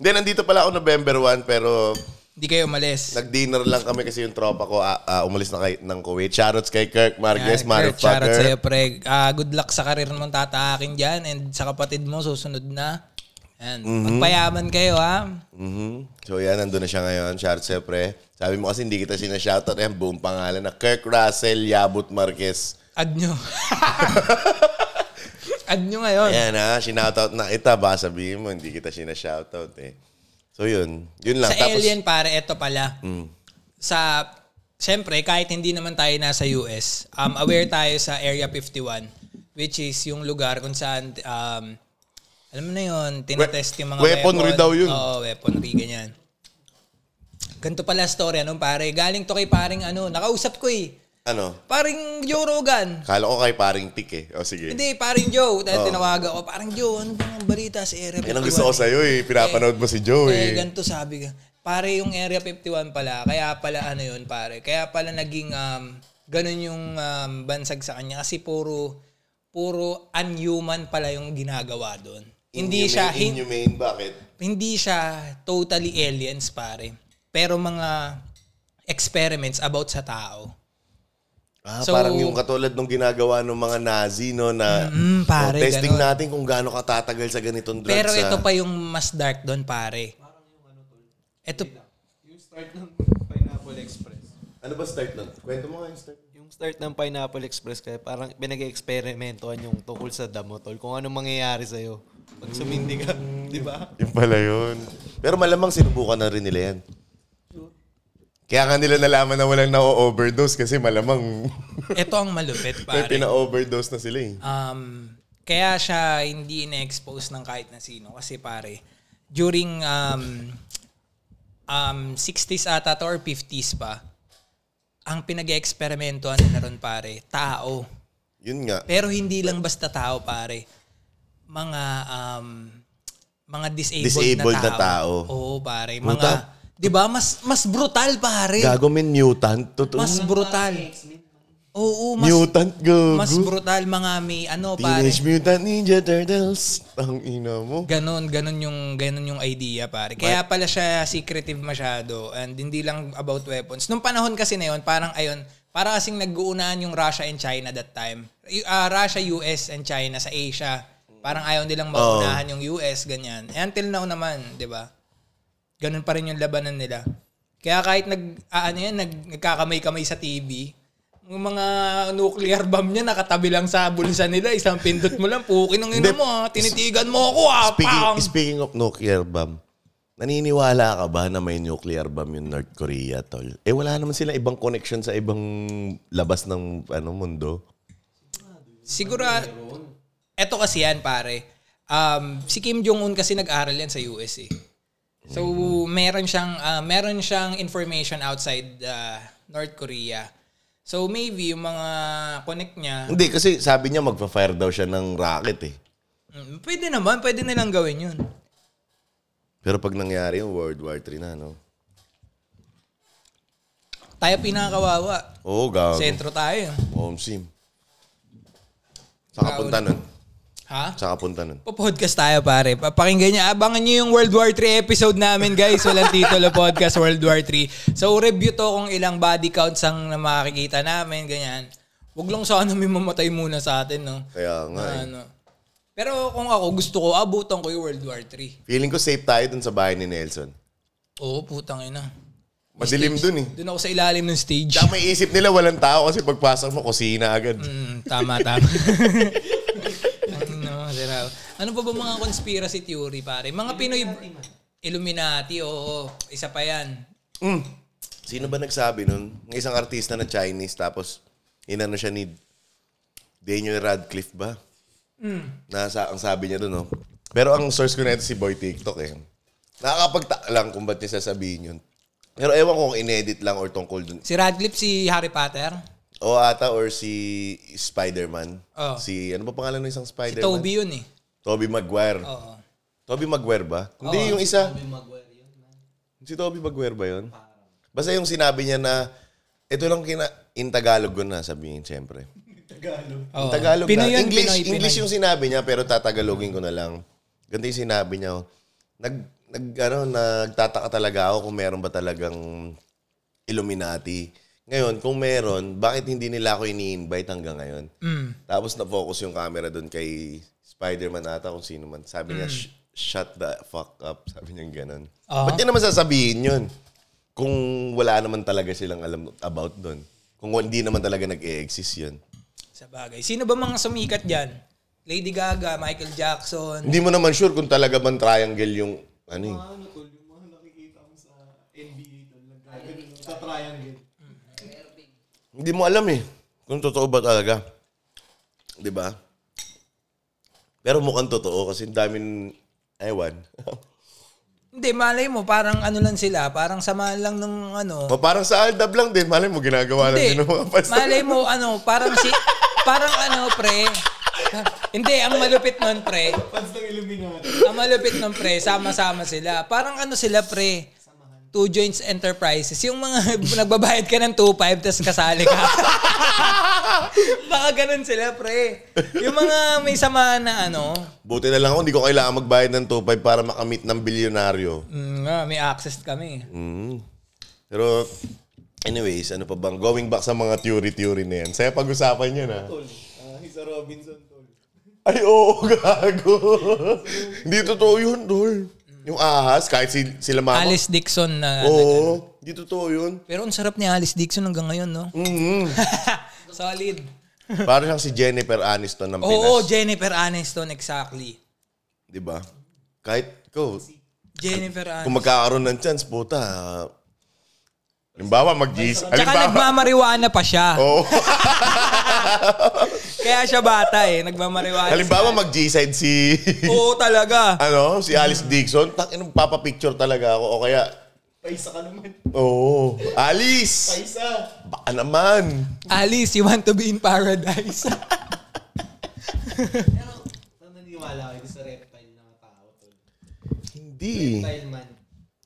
Hindi, nandito pala ako November 1, pero Hindi kayo umalis. nag-dinner lang kami kasi yung tropa ko ah, ah, umalis na kay, ng Kuwait. Shoutouts kay Kirk Marquez, Yan, Kurt, Shoutout sa'yo, motherfucker. pre. Ah, good luck sa karir mong tataakin dyan and sa kapatid mo, susunod na. Yan. Magpayaman kayo, ha? Mhm. So yan, nandun na siya ngayon. Shoutouts sa'yo, pre. Sabi mo kasi hindi kita sinashoutout. Ayan, buong pangalan na Kirk Russell Yabut Marquez. Add nyo. Add nyo ngayon. Ayan ha, sinoutout na kita. Baka sabihin mo, hindi kita sinashoutout eh. So yun, yun lang. Sa alien, pare, eto pala. Mm. Sa, siyempre, kahit hindi naman tayo nasa US, um, aware tayo sa Area 51, which is yung lugar kung saan, um, alam mo na yun, tinatest yung mga weaponry daw yun. Oo, weaponry, ganyan. Ganito pala story, anong pare? Galing to kay paring ano, nakausap ko eh. Ano? Paring Joe Rogan. Kala ko kay paring tik eh. O sige. Hindi, paring Joe. Dahil tinawagan ko, paring Joe, ano bang balita sa Area 51? Yan ang gusto ko sa'yo eh. Pinapanood mo si Joe Eh, eh. ganito sabi ka. Pare, yung Area 51 pala, kaya pala ano yun, pare. Kaya pala naging um, ganun yung um, bansag sa kanya. Kasi puro, puro unhuman pala yung ginagawa doon. Hindi siya, hin- Inhumane, bakit? hindi siya totally aliens, pare. Pero mga experiments about sa tao. Ah, So- parang yung katulad nung ginagawa ng mga Nazi, no, na Mm, pare, oh, testing ganun. natin kung gaano katatagal sa ganitong drugs. Pero ah. ito pa yung mas dark doon, pare. Ito, Yung start ng Pineapple Express. Ano ba start nun? Kwento mo nga yung start. Yung start ng Pineapple Express kaya parang binag-experimentohan yung tungkol sa damo, tol. Kung ano mangyayari sa'yo pag sumindi ka, di ba? Yung pala yun. Pero malamang sinubukan na rin nila yan. Kaya nga nila nalaman na walang na-overdose kasi malamang ito ang malupit, pare. may pina-overdose na sila eh. um, kaya siya hindi in-expose ng kahit na sino kasi pare during um um 60s ata to or 50s pa ang pinag-eksperimentuhan na ron pare tao Yun nga. pero hindi lang basta tao pare mga um mga disabled, Disabled na na tao. tao. Oo pare, mga Puta. 'di ba mas mas brutal pare. Gago may mutant. Totoo. Mas brutal. Oo, mas mutant, gago. mas brutal mga may ano pare. Teenage Mutant Ninja Turtles. Ang ina mo. Ganon, ganon yung ganon yung idea pare. Kaya pala siya secretive masyado and hindi lang about weapons. Nung panahon kasi na yun, parang ayon, para kasing nag-uunahan yung Russia and China that time. Y- ah, Russia, US and China sa Asia. Parang ayaw nilang maunahan yung US ganyan. Eh, until now naman, 'di ba? Ganun pa rin yung labanan nila. Kaya kahit nag ah, ano yan, nag, nagkakamay-kamay sa TV, yung mga nuclear bomb niya nakatabi lang sa bulsa nila, isang pindot mo lang, pukin ng ina Hindi. mo, ah. tinitigan mo ako, ah, Speaking, pang! speaking of nuclear bomb, naniniwala ka ba na may nuclear bomb yung North Korea, tol? Eh, wala naman sila ibang connection sa ibang labas ng ano mundo. Siguro, eto kasi yan, pare. Um, si Kim Jong-un kasi nag-aral yan sa US eh. So, meron siyang, ah, meron siyang information outside ah, North Korea. So, maybe yung mga connect niya, Hindi, kasi sabi niya magpa-fire daw siya ng rocket eh. mm, pwede naman, pwede nilang gawin yun. Pero pag nangyari yung World War III na, no? Tayo pinakawawa. Oo, gago. Sentro tayo. Om Sim. Saka punta nun. Ha? Saka punta nun. Podcast tayo pare. Pa- Pakinggan niyo. Abangan niyo yung World War 3 episode namin guys. Walang titulo podcast World War 3. So review to kung ilang body counts ang na makikita namin. Ganyan. Huwag lang sana may mamatay muna sa atin. No? Kaya nga eh. Ano. Pero kung ako gusto ko, abutan ko yung World War 3. Feeling ko safe tayo dun sa bahay ni Nelson. Oo, putang ina. Madilim dun eh. Doon ako sa ilalim ng stage. Tsaka may isip nila walang tao kasi pagpasok mo, kusina agad. Mm, tama, tama. ano, sira. Ano pa ba mga conspiracy theory, pare? Mga Pinoy... Illuminati, oo. Isa pa yan. Mm. Sino ba nagsabi nun? Ng isang artista na Chinese tapos inano siya ni Daniel Radcliffe ba? Hmm. Nasa, ang sabi niya dun, no? Pero ang source ko na ito si Boy TikTok eh. Nakakapagtaka lang kung ba't niya sasabihin yun. Pero ewan ko kung inedit lang or tungkol dun. Si Radcliffe, si Harry Potter. O ata or si Spider-Man. Oh. Si, ano ba pangalan ng isang Si Spider-Man? Toby yun eh. Toby Maguire. Oo. Toby Maguire ba? Hindi, yung isa. Si Toby Maguire ba yun? Basta yung sinabi niya na, ito lang kina... In Tagalog ko na sabihin, siyempre. Oo. In Tagalog Pinoy na. yun, English, Pinoy, Pinoy. English yung sinabi niya, pero tatagalogin ko na lang. Ganito yung sinabi niya. oh. Nag, nag, ano, nagtataka talaga ako kung meron ba talagang Illuminati. Ngayon, kung meron, bakit hindi nila ako ini-invite hanggang ngayon? Mm. Tapos na-focus yung camera doon kay Spider-Man ata kung sino man. Sabi niya, "Sh- shut the fuck up. Sabi niya ganun. Mm. Ah. Ba't niya naman sasabihin yun? Kung wala naman talaga silang alam about doon. Kung hindi naman talaga nag-e-exist yun. Sa bagay. Sino ba mga sumikat dyan? Lady Gaga, Michael Jackson. Hindi mo naman sure kung talaga bang triangle yung ano eh. Ano tol, yung mga nakikita mo sa NBA tol, nagkaganon sa triangle. Hindi mo alam eh kung totoo ba talaga. 'Di ba? Pero mukhang totoo kasi ang daming ewan. Hindi, malay mo. Parang ano lang sila. Parang sama lang ng ano. o parang sa Aldab lang din, malay mo ginagawa lang din ng mga pasta. Malay mo, ano, parang si... parang ano, pre. Hindi, ang malupit nun, pre. Pats ng Illuminati. Ang malupit nun, pre. Sama-sama sila. Parang ano sila, pre. Two Joints Enterprises. Yung mga nagbabayad ka ng 2.5 tapos kasali ka. Baka ganun sila, pre. Yung mga may sama na ano, Buti na lang ako, hindi ko kailangan magbayad ng 2.5 para makamit ng bilyonaryo. mm, nga, may access kami. Mm. Pero, anyways, ano pa bang? Going back sa mga theory-theory na yan. Saya pag-usapan yun, ha? Tol, ah, isa Robinson tol. Ay, oo, gago. Hindi totoo yun, tol. Yung ahas, kahit si, sila mama. Oh. Alice Dixon na... ano. Oo, hindi totoo yun. Pero ang sarap ni Alice Dixon hanggang ngayon, no? mm Solid. Parang siyang si Jennifer Aniston ng Pinas. Oo, Jennifer Aniston, exactly. Di ba? Kahit ko, Jennifer Aniston. kung magkakaroon ng chance, puta. ah, Halimbawa, Oh. mag-gis. Tsaka nagmamariwana pa siya. Oo. Kaya siya bata eh, nagmamariwala. Halimbawa, mag-G-side si... Oo talaga. ano, si Alice Dixon. Tak, inong papapicture talaga ako. O kaya, Paisa ka naman. oo, Alice! Paisa. Baka naman. Alice, you want to be in paradise. Pero, nang naniwala kayo sa reptile na tao, tol. Hindi. Reptile man.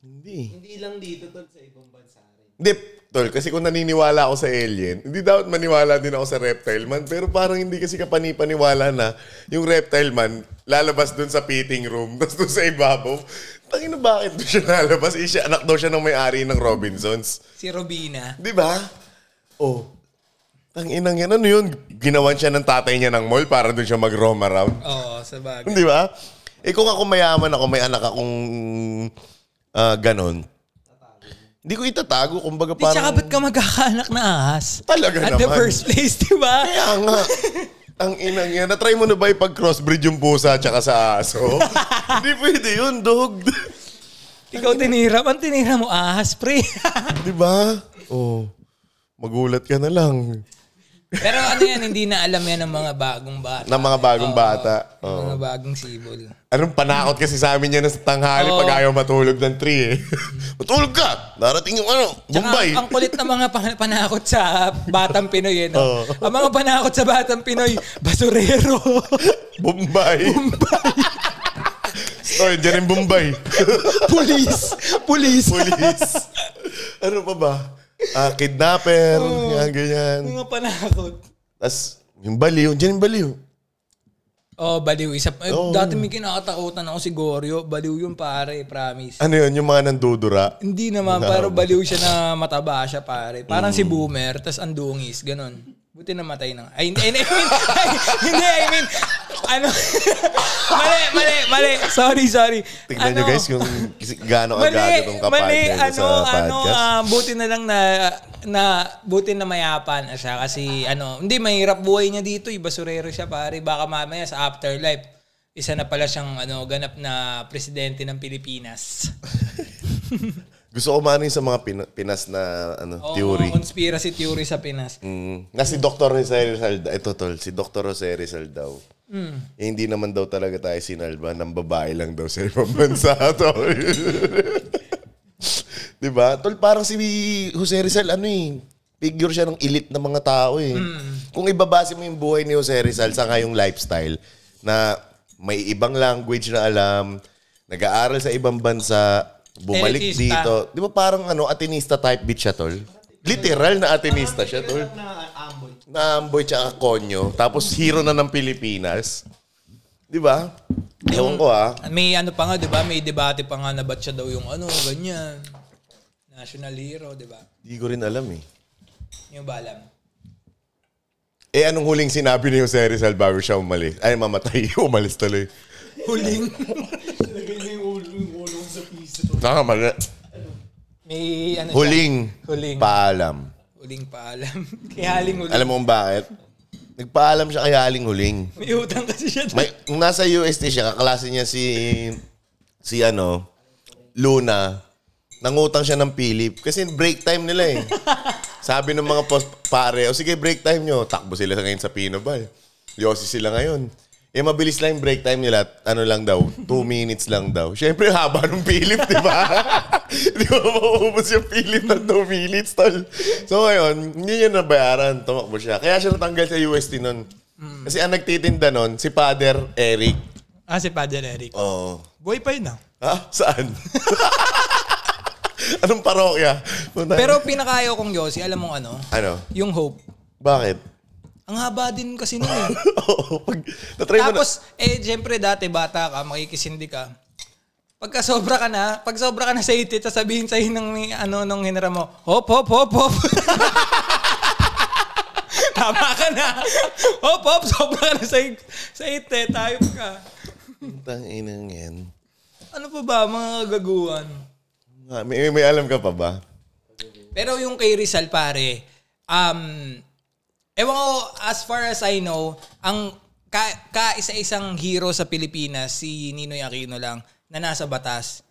Hindi. Hindi lang dito, tol, sa ibang bansa rin. Hindi, tol. Kasi kung naniniwala ako sa alien, hindi dapat maniwala din ako sa reptile man. Pero parang hindi kasi kapanipaniwala na yung reptile man lalabas dun sa fitting room, tapos dun sa ibabaw. Tangina bakit doon siya lalabas? Eh, siya, anak daw siya ng may-ari ng Robinsons. si Robina. Di ba? Oh. Tanginang yan. Ano yun? Ginawan siya ng tatay niya ng mall para doon siya mag-roam around. Oo, sa bagay. Di ba? Eh kung ako mayaman ako, may anak akong ah, ganon. Hindi ko itatago. Kumbaga Di, tsaka parang... ba't ka magkakaanak na ahas? Talaga At naman. the first place, di ba? Kaya nga. Ang inang yan. Natry mo na ba ipag-crossbreed yung pusa tsaka sa aso? Hindi pwede yun, dog. Ikaw tinira. Ang tinira mo, ahas, pre. Di ba? Oh. Magulat ka na lang. Pero ano yan, hindi na alam yan ng mga bagong bata. Ng mga bagong Oo, bata. ng Oo. Mga bagong sibol. Anong panakot kasi sa amin yan sa tanghali Oo. pag ayaw matulog ng tree eh. matulog ka! Darating yung ano, Tsaka Bombay. ang kulit ng mga pan- panakot sa batang Pinoy. Eh, no? Oo. Ang mga panakot sa batang Pinoy, basurero. Bombay. Story dyan yung Bombay. Pulis. Pulis. Police. ano pa ba? Ah, kidnapper. Yan, ganyan. mga panakot. Tapos, yung baliw. Dyan yung baliw. Oh, baliw. Isa, eh, Oo. Dati may kinakatakutan ako si Goryo. Baliw yun pare, promise. Ano yun? Yung mga nandudura. Hindi naman, pero baliw siya na mataba siya, pare. Parang Mm. si Boomer, tas ang dungis, ganun. Buti namatay na. Ay, hindi, I mean, ay, hindi, I mean, ano, mali, mali, mali. Sorry, sorry. Ano? Tignan nyo guys yung kasi gaano ang Mali, gago tong mali, kapatid ano, sa ano, podcast. ah, buti na lang na, na, buti na mayapan na siya kasi, ano, hindi, mahirap buhay niya dito, eh. basurero siya, pare. Baka mamaya sa afterlife, isa na pala siyang, ano, ganap na presidente ng Pilipinas. Gusto ko manin sa mga Pina- Pinas na ano, Oo, theory. mga conspiracy theory sa Pinas. Mm. Na si Dr. Rizal Rizal, ito tol, si Dr. Jose Rizal daw. Eh, hindi naman daw talaga tayo sinalba, ng babae lang daw sa ibang bansa, tol. diba? Tol, parang si Jose Rizal, ano eh, figure siya ng elite ng mga tao eh. Kung ibabase mo yung buhay ni Jose Rizal sa ngayong lifestyle, na may ibang language na alam, nag-aaral sa ibang bansa, bumalik Elitista. dito. Di ba parang ano, Atenista type bitch siya, tol? Literal na Atenista siya, tol Ang naamboy. na amboy tsaka konyo, tapos hero na ng Pilipinas. Di ba? Ewan ko ah. May ano pa nga, di ba? May debate pa nga na ba't siya daw yung ano, ganyan. National hero, di ba? Hindi ko rin alam eh. Hindi mo ba alam? Eh, anong huling sinabi ni Jose Rizal bago siya umalis? Ay, mamatay. umalis tuloy. Huling. Lagay na yung ulo, yung ulo ko sa piso. Tama, mali. May ano siya. Huling, Huling. paalam. Huling paalam. Kaya haling huling. Alam mo kung bakit? Nagpaalam siya kay Aling Huling. May utang kasi siya. May, kung nasa UST siya, kaklase niya si, si ano, Luna. Nangutang siya ng Philip. Kasi break time nila eh. Sabi ng mga post, pare, o sige break time nyo. Takbo sila ngayon sa Pinobal. Yossi sila ngayon. Eh, mabilis lang yung break time nila. Ano lang daw, two minutes lang daw. Siyempre, haba ng Philip, di ba? di ba mauubos yung Philip ng two minutes, tol? So, ngayon, hindi niya nabayaran. Tumakbo siya. Kaya siya natanggal sa UST nun. Kasi ang nagtitinda nun, si Father Eric. Ah, si Padre Eric. Oo. Boy pa yun ah. Ha? Saan? Anong parokya? Pero pinakayo kong Yossi, alam mo ano? ano? Yung hope. Bakit? Ang haba din kasi nun eh. Oo. Pag, natry mo na. Tapos, eh, syempre dati, bata ka, makikisindi ka. Pagka sobra ka na, pag sobra ka na sa iti, sasabihin sa'yo ng, ni- ano, nung hinara mo, hop, hop, hop, hop. Tama ka na. Hop, hop, sobra ka na sa, sa iti, tayo ka. Tanginang yan. Ano pa ba, mga gaguan? Ah, May, may alam ka pa ba? Pero yung kay Rizal, pare, um, ewan ko, as far as I know, ang ka, kaisa-isang hero sa Pilipinas, si Ninoy Aquino lang, na nasa batas.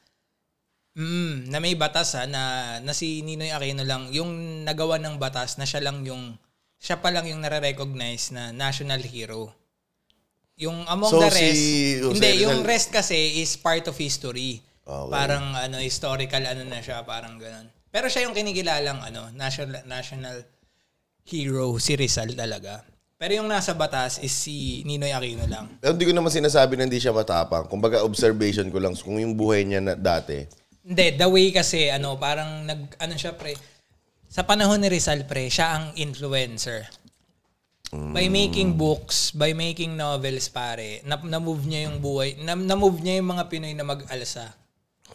Mm, na may batas ha, na, na si Ninoy Aquino lang, yung nagawa ng batas na siya lang yung siya pa lang yung nare-recognize na national hero. Yung among So, the rest, si Jose hindi, yung Rizal- rest kasi is part of history. Okay. Parang ano historical ano na siya, parang ganun. Pero siya yung kinikilalang ano, national national hero si Rizal talaga. Pero yung nasa batas is si Ninoy Aquino lang. Pero hindi ko naman sinasabi na hindi siya matapang. Kumbaga, observation ko lang kung yung buhay niya na dati. Hindi, the way kasi, ano, parang nag, ano siya, pre, sa panahon ni Rizal, pre, siya ang influencer. By making books, by making novels, pare, na, na-move niya yung buhay, na, na-move niya yung mga Pinoy na mag-alsa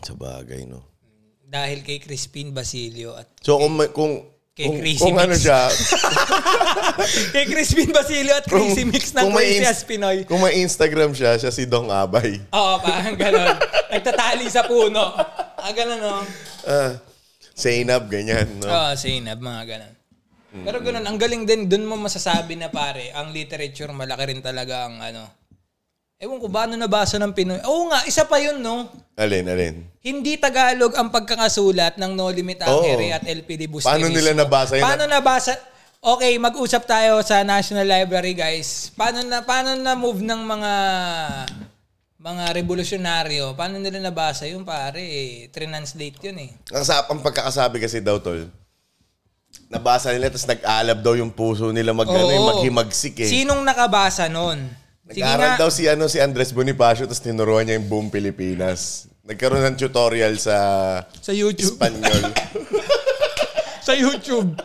Sa bagay, no? dahil kay Crispin Basilio at So, kung, may- kung, Kay kung, Crazy kung Mix. ano siya, kay Crispin Basilio at kung, Crazy Mix ng Crazy ins- as Pinoy. Kung may Instagram siya, siya si Dong Abay. Oo, parang ganun. Nagtatali sa puno. Ah, ganun, no? Ah, Zainab, ganyan. No? Oo, Zainab, mga ganun. Pero ganun, ang galing din, dun mo masasabi na pare, ang literature malaki rin talaga ang ano. Ewan ko ba, ano nabasa ng Pinoy? Oo nga, isa pa yun, no? Alin, alin. Hindi Tagalog ang pagkakasulat ng No Limit Angere Oo. at LPD Busterismo. Paano nila nabasa yun? Paano nabasa? Okay, mag-usap tayo sa National Library, guys. Paano na paano na move ng mga mga revolusyonaryo? Paano nila nabasa yun, pare? Eh, Trinanslate yun eh. Ang, sa- ang pagkakasabi kasi daw, tol, nabasa nila tapos nag-alab daw yung puso nila mag, ano, yung Oo. maghimagsik eh. Sinong nakabasa nun? Sige Nag-aral nga. daw si, ano, si Andres Bonifacio tapos tinuruan niya yung buong Pilipinas. Nagkaroon ng tutorial sa Sa YouTube. Espanyol. sa YouTube.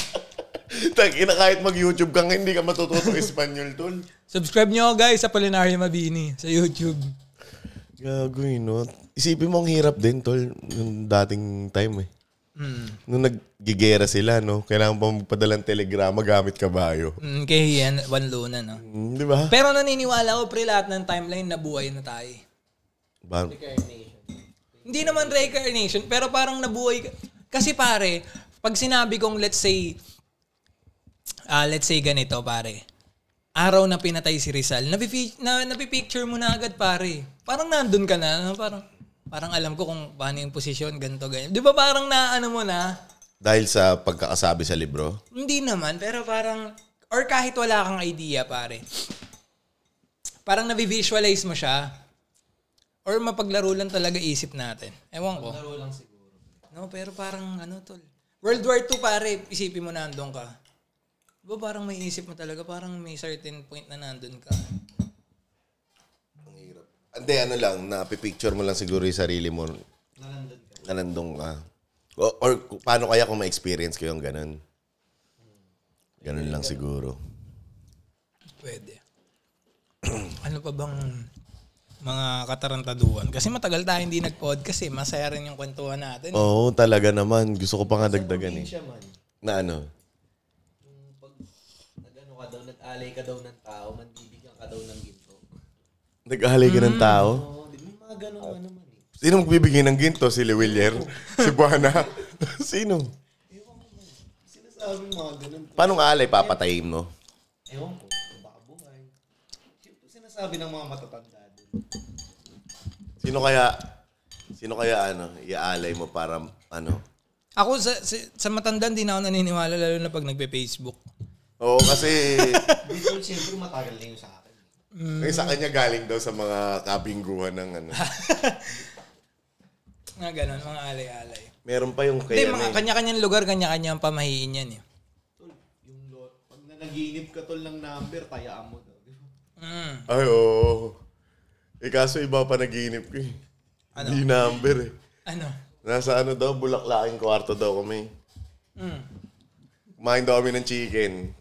Tangina, kahit mag-YouTube ka nga, hindi ka matututo Espanyol, tol. Subscribe nyo guys sa Polinario Mabini sa YouTube. Gago yun, no? Isipin mo ang hirap din, tol, nung dating time eh. Hmm. Nung naggigera sila, no? Kailangan pa magpadala ng telegrama gamit kabayo. Mm, kay Ian Van Luna, no? Mm, di ba? Pero naniniwala ko, pre, lahat ng timeline nabuhay na tayo. eh. ba? Hindi naman reincarnation, pero parang nabuhay ka. Kasi pare, pag sinabi kong let's say, ah let's say ganito pare, araw na pinatay si Rizal, napipi- na, napipicture mo na agad pare. Parang nandun ka na, ano, parang, parang alam ko kung paano yung posisyon, ganito, ganyan. Di ba parang na ano mo na, Dahil sa pagkakasabi sa libro? hindi naman, pero parang, or kahit wala kang idea, pare. Parang nabivisualize mo siya, or mapaglaro lang talaga isip natin. Ewan ko. Mapaglaro lang siguro. No, pero parang ano, tol. World War II, pare, isipin mo nandun ka. Diba parang may isip mo talaga, parang may certain point na nandun ka. Hindi, ano lang, napipicture mo lang siguro yung sarili mo. Na nandun ka. O, or ku- paano kaya kung ma-experience ko yung ganun? Ganun lang siguro. Pwede. ano pa bang mga katarantaduan? Kasi matagal tayo hindi nag-podcast eh. Masaya rin yung kwentuhan natin. Oo, talaga naman. Gusto ko pa nga dagdagan eh. Siya man, Na ano? yung pag nag-ano ka daw, nag-alay ka daw ng tao, mandibigyan ka daw ng ginto. Nag-ahalay ka ng tao? Oo, di ba? May mga ganong Ah. ano man eh. Sino magbibigay ng ginto? Si Lewillier? si Buana? Sino? Sinasabi mga ganun. Paano nga alay papatayin mo? Ewan ko, baka buhay. Siyempre sinasabi ng mga matatanda doon. Sino kaya, sino kaya ano, iaalay mo para ano? Ako sa, sa, sa matandaan din ako naniniwala lalo na pag nagpe-Facebook. Oo, kasi Dito siyempre matagal na yun sa akin. eh, sa kanya galing daw sa mga kabingguhan ng ano. Mga ganun, mga alay-alay. Meron pa yung Hindi, mga kaya na eh. kanya-kanyang lugar, kanya-kanyang pamahiin yan eh. Tol, yung lot. Pag nanaginip ka tol ng number, tayaan mo daw. di ba? Mm. Ay, oo. Eh, kaso iba pa naginip ko eh. Hindi number eh. Ano? Nasa ano daw, bulaklaking kwarto daw kami. Mm. Kumain daw kami ng chicken.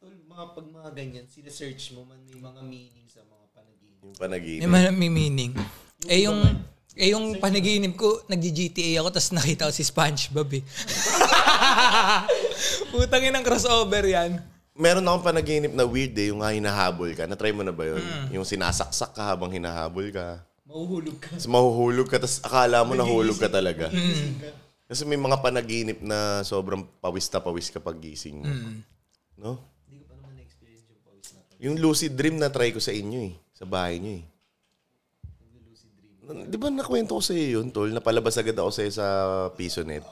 Tol, mga pag mga ganyan, sinesearch mo man may mga meaning sa mga panaginip. Yung May panaginip. mal- may meaning. Eh yung, eh yung panaginip ko, nag-GTA ako tapos nakita ko si Spongebob eh. Putang inang crossover yan. Meron akong panaginip na weird eh, yung nga hinahabol ka. Natry mo na ba yun? Yung sinasaksak ka habang hinahabol ka. Mahuhulog ka. Tapos mahuhulog ka, tapos akala mo nahulog ka talaga. Kasi may mga panaginip na sobrang pawis na pawis kapag gising mo. No? Hindi ko pa naman na-experience yung pawis na to. Yung lucid dream na try ko sa inyo eh. Sa bahay niyo eh. Di ba nakwento ko sa iyo yun, Tol? Napalabas agad ako sa Mm. sa piso net.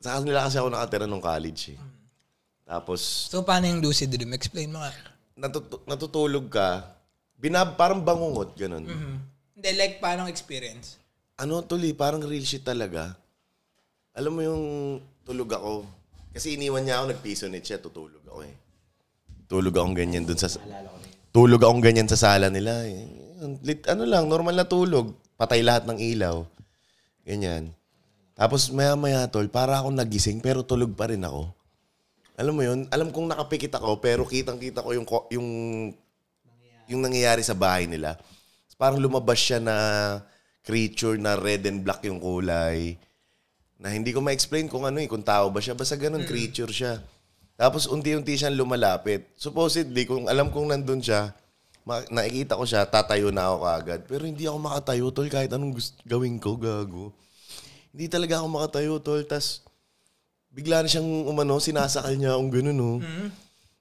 Sa kanila kasi ako nakatira nung college eh. Tapos, So, paano yung lucid dream? Explain mo nga. natutu- natutulog ka, binab parang bangungot, ganun. Hindi, like, paano ang experience? Ano, tuli, parang real shit talaga. Alam mo yung tulog ako. Kasi iniwan niya ako, nagpiso ni Che, tutulog ako eh. Tulog akong ganyan dun sa... Tulog akong ganyan sa sala nila. eh. Lit, ano lang, normal na tulog. Patay lahat ng ilaw. Ganyan. Tapos maya-maya, tol, para akong nagising pero tulog pa rin ako. Alam mo yun, alam kong nakapikit ako pero kitang-kita ko yung, ko- yung, yung nangyayari sa bahay nila. Parang lumabas siya na creature na red and black yung kulay. Na hindi ko ma-explain kung ano eh, kung tao ba siya. Basta ganun, creature siya. Tapos unti-unti siyang lumalapit. Supposedly, kung alam kong nandun siya, ma- nakikita ko siya, tatayo na ako agad. Pero hindi ako makatayo, tol, kahit anong gust- gawin ko, gago. Hindi talaga ako makatayo, tol. Tapos, bigla na siyang umano, sinasakal niya akong ganun, no.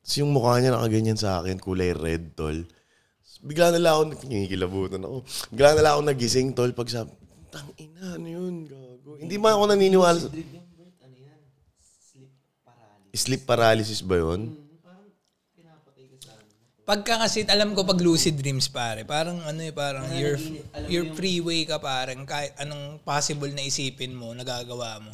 Tapos yung mukha niya nakaganyan sa akin, kulay red, tol. Tapos Bigla na lang ako, nangikilabutan ako. Bigla na lang ako nagising, tol, pag sabi, tang ina, ano yun, gago. Hindi man ako naniniwala. sa- Remember, ano yan? Sleep paralysis. Hmm, Sleep paralysis ba yun? Parang pinapatay ka sa ano. Pagka kasi, alam ko pag lucid dreams, pare, parang ano eh, parang your, alam mo your freeway ka, parang kahit anong possible na isipin mo, nagagawa mo.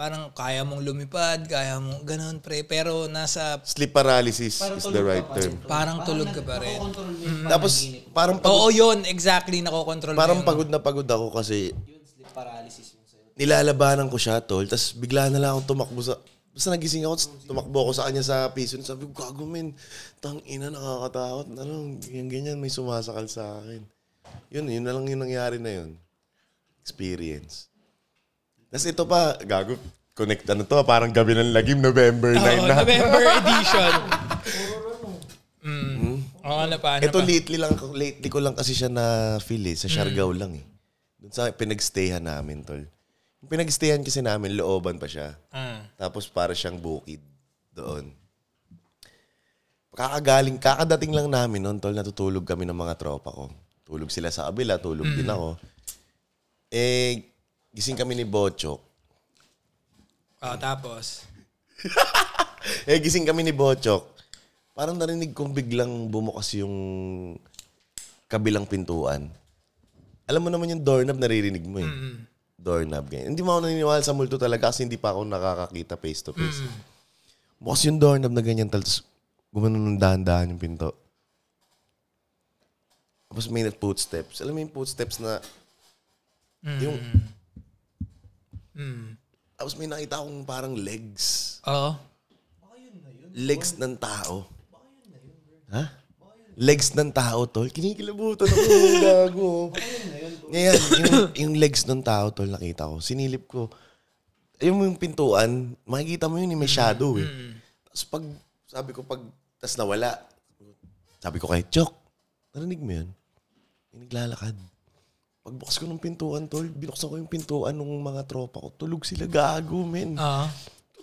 Parang kaya mong lumipad, kaya mong ganun, pre. Pero nasa, Sleep paralysis Parang is tulog the ka right pa rin. term. parang tulog ka pa rin. Nakokontrol mo yung Tapos, panaginip. parang pagod, Oo, yun, exactly, nakokontrol mo parang yun. pagod na pagod ako kasi Yun, sleep paralysis mo sa'yo. nilalabanan ko siya, tol. Tapos bigla na lang ako tumakbo sa... Basta nagising ako, tas tumakbo ako sa kanya sa piso. niya. Sabi ko, gago men, tang ina, nakakatakot. Ano, ganyan, ganyan, may sumasakal sa akin. Yun, yun na lang yung nangyari na yun. Experience. Tapos ito pa, gago, connect ano to, parang gabi ng lagim, November 9 Oo, na. November edition. mm. Oo, ano pa, ano Hmm. Ito pa. lately lang, lately ko lang kasi siya na feel eh, sa Mm. Siargao lang eh. Doon sa pinagstayhan namin, tol. Yung pinagstayhan kasi namin, looban pa siya. Ah. Tapos para siyang bukid doon. Kakagaling, kakadating lang namin noon, tol, natutulog kami ng mga tropa ko. Tulog sila sa abila, tulog din ako. Eh, gising kami ni Bochok. Oo, tapos. Eh, gising kami ni Bochok. Parang narinig kong biglang bumukas yung kabilang pintuan. Alam mo naman yung doorknob, naririnig mo eh. Doorknob, ganyan. Hindi mo ako naniniwala sa multo talaga kasi hindi pa ako nakakakita face to face. Bukas yung doorknob na ganyan, tal- tapos gumano ng dahan-dahan yung pinto. Tapos may na- footsteps. Alam mo yung footsteps na... Yung... Tapos may nakita akong parang legs Oo. legs ng tao. Ha? Legs ng tao, tol. Kinikilabutan ako. Gago. Ngayon, yung, yung legs ng tao, tol, nakita ko. Sinilip ko. Ayun mo yung pintuan, makikita mo yun, eh, may shadow eh. Tapos pag, sabi ko pag, tas nawala. Sabi ko kay Chok, narinig mo yun? May naglalakad. Pagbukas ko ng pintuan, tol, binuksan ko yung pintuan ng mga tropa ko. Tulog sila, gago, men. Oo.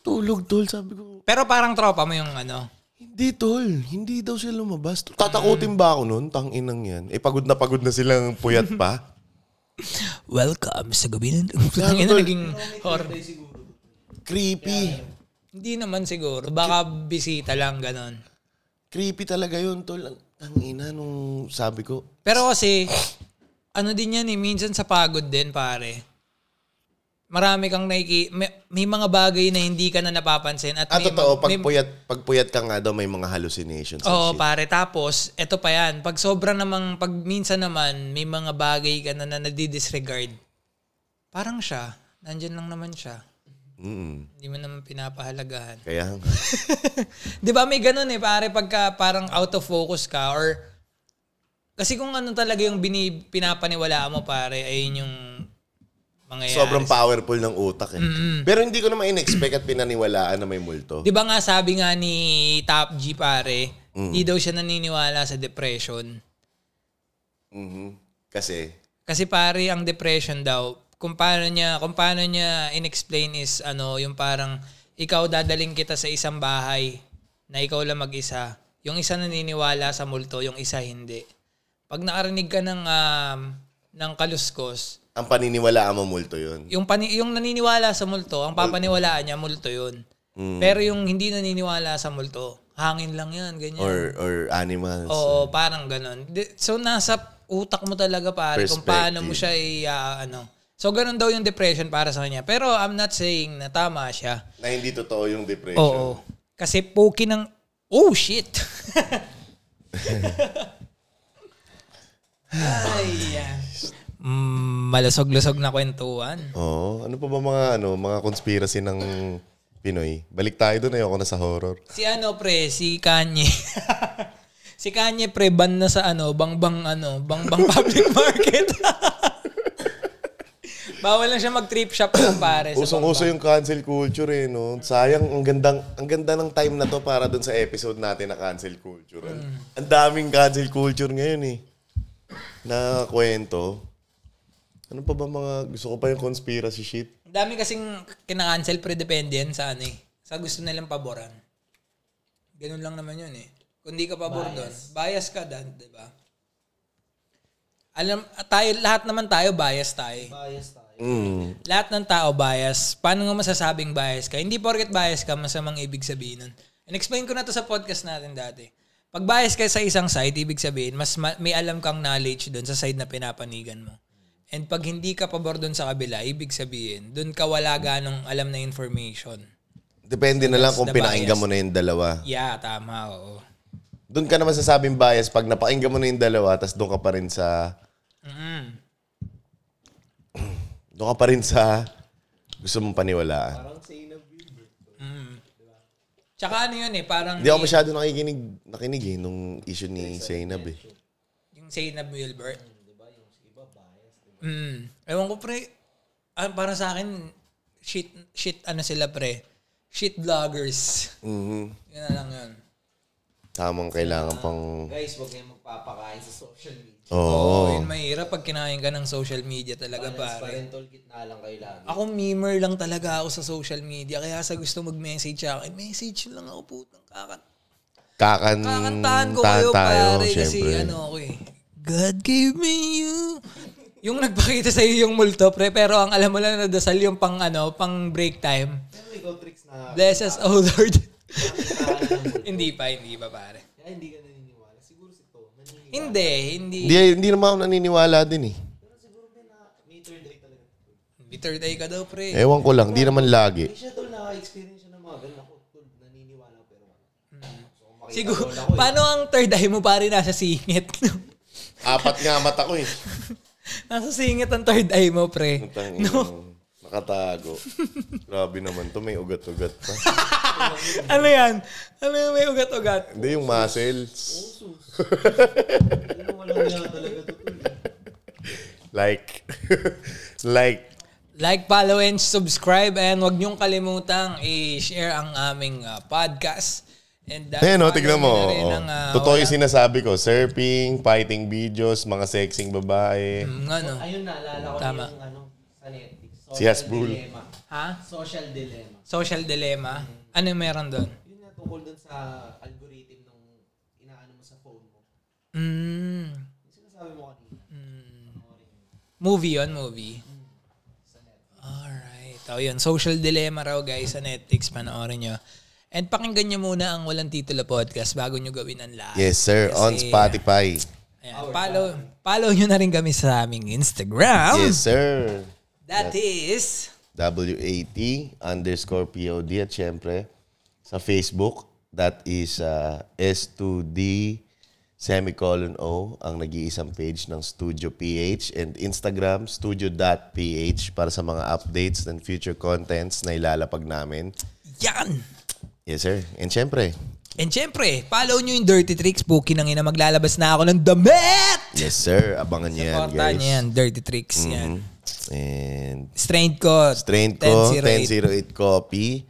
Tulog, tol, sabi ko. Pero parang tropa mo yung ano. Hindi, tol. Hindi daw sila lumabas. Tatakutin ba ako nun? Tanginang yan. Eh, pagod na pagod na silang puyat pa. Welcome sa gabi ng... Ang ina, naging horror. Creepy. Hindi naman siguro. Baka bisita lang, ganon. Creepy talaga yun, tol. Ang- Ang ina nung sabi ko. Pero kasi, ano din yan eh, minsan sa pagod din, pare. Marami kang naiki... May, may mga bagay na hindi ka na napapansin. At Ah, may, totoo. Pag may- puyat, pag puyat ka nga daw, may mga hallucinations and Oo, shit. pare. Tapos, eto pa yan. Pag sobra namang, pag minsan naman, may mga bagay ka na, na nadi-disregard. Parang siya. Nandyan lang naman siya. Mm-mm. Hindi mo naman pinapahalagahan. Kaya, Di ba may ganun eh, pare, pagka parang out of focus ka or kasi kung ano talaga yung bini, pinapaniwalaan mo, pare, ayun yung mangyayari. sobrang powerful ng utak eh. Pero hindi ko naman in-expect at pinaniwalaan na may multo. Di ba nga sabi nga ni Top G, pare, hindi daw siya naniniwala sa depression. Mhm. Kasi, Kasi pare, ang depression daw, kung paano niya, kung paano niya inexplain is ano, yung parang ikaw dadaling kita sa isang bahay na ikaw lang mag-isa. Yung isa naniniwala sa multo, yung isa hindi. Pag nakarinig ka ng um, ng kaluskos, ang paniniwalaan mo multo yun. yung pani, yung naniniwala sa multo, ang papaniwalaan niya multo 'yun. Pero yung hindi naniniwala sa multo, hangin lang yan, ganyan. Or, or animals. Oo, parang ganun. Di- So, nasa utak mo talaga pare kung paano mo siya Perspective. i, ah, ano. So, ganun daw yung depression para sa kanya. Pero I'm not saying na tama siya. Na hindi totoo yung Oo. depression. Kasi poki ng, oh shit. Ay, ah. Mm, malusog-lusog na kwentuhan. Oo. Ano pa ba mga ano, mga conspiracy ng Pinoy? Balik tayo doon, ayoko na sa horror. Si ano pre, si Kanye. si Kanye pre, ban na sa ano, bangbang ano, bangbang public market. Bawal lang siya mag-trip shop ng pare. sa Usong-uso bangbang. yung cancel culture eh, no? Sayang, ang gandang, ang ganda ng time na to para doon sa episode natin na cancel culture. Ang- Ang daming cancel culture ngayon eh. Na kwento. Ano pa ba mga, gusto ko pa yung conspiracy shit. Ang dami kasing kinakancel pre, depende yan sa ano eh. Sa gusto nilang paboran. Ganun lang naman yun eh. Kung di ka pabor doon, bias ka dan, di ba? Alam, tayo, lahat naman tayo, bias tayo. eh. Bias tayo. Mm. lahat ng tao bias. Paano nga masasabing bias ka? Hindi porket bias ka, masamang ibig sabihin nun. And explain ko na to sa podcast natin dati. Pag bias ka sa isang side, ibig sabihin, mas ma- may alam kang knowledge doon sa side na pinapanigan mo. And pag hindi ka pabor doon sa kabila, ibig sabihin, doon ka wala ganong alam na information. Depende na lang That's kung the pinakinggan bias. mo na yung dalawa. Yeah, tama, oo. Doon ka naman sasabing bias pag napakinggan mo na yung dalawa, tas doon ka pa rin sa Mm-mm. Doon ka pa rin sa gusto mong paniwalaan. Parang sa Bieber. Tsaka ano yun eh, parang Hindi ako masyado nakikinig, nakinig eh, nung issue ni Zainab eh. yung Zainab Wilbert. Mm. Ewan ko pre, ah, para sa akin, shit, shit ano sila pre, shit vloggers. Mhm. Yun na lang yun. Tamang kailangan pang... Guys, huwag kayong magpapakain sa social media. Oh. Oo. yun mahirap pag kinain ka ng social media talaga Balance pa pare. rin, tol. Gitna lang kayo lagi. Ako memer lang talaga ako sa social media. Kaya sa gusto mag-message ako, eh, message lang ako putang kakat. Kakan... Kakantahan ko tahan kayo tayo, pare kasi syempre. ano ako eh. God gave me you. Yung nagpakita sa iyo yung multo pre, pero ang alam mo lang nadasal yung pang ano, pang break time. Pero ikaw tricks na Bless us, O Lord. nakakita ng multo. hindi pa, hindi pa pare. Kaya hindi ka naniniwala. Siguro si To. Naniniwala. Hindi, hindi. Hindi, hindi naman ako naniniwala din eh. Pero siguro may na may third eye talaga. Bitter day ka daw pre. Ewan ko lang, di naman lagi. Hindi siya tol naka-experience siya ng mga ganun. Ako tol naniniwala pero wala. Siguro, eh. eh, paano ang third eye mo pare nasa singit? Apat nga mata ko eh. nasa singit ang third eye mo pre. Putang ina, Nakatago. Grabe naman to, may ugat-ugat pa. ano yan? Ano yung may ugat-ugat? Hindi, yung muscles. Ano walang niya talaga to tol. Like, like, Like, follow, and subscribe. And huwag niyong kalimutang i-share ang aming ah, podcast. And uh, Ayan o, eh, tignan mo. Na rin oo. ang, ah, Totoo wala- yung sinasabi ko. Surfing, fighting videos, mga sexing babae. Mm, ano? Ayun, naalala ko Tama. yung ano, sa Netflix. Social Si Hasbul. Dilemma. Ha? Social Dilemma. Social dilemma. Ano yung meron doon? Yun nga tungkol dun sa algorithm ng inaano mo sa phone mo. Mm. Yung sinasabi mo kanina. Panoorin yun. Movie yun, movie. Sa Netflix. Alright. O yun, Social Dilemma raw guys sa Netflix. Panoorin nyo. And pakinggan nyo muna ang Walang Titulo Podcast bago nyo gawin ang lahat. Yes, sir. On Kasi- Spotify. Ayan, follow, follow nyo na rin kami sa aming Instagram. Yes, sir. That is... WAT underscore POD at syempre sa Facebook. That is uh, S2D semicolon O ang nag-iisang page ng Studio PH and Instagram studio.ph para sa mga updates and future contents na ilalapag namin. Yan! Yes, sir. And syempre, And syempre, follow nyo yung Dirty Tricks. Puki nang ina, maglalabas na ako ng damit! yes, sir. Abangan nyo yan, Porta guys. Mm-hmm. nyo yan, Dirty Tricks. Yan. And Strength ko. Strain ko, 1008. 1008 copy.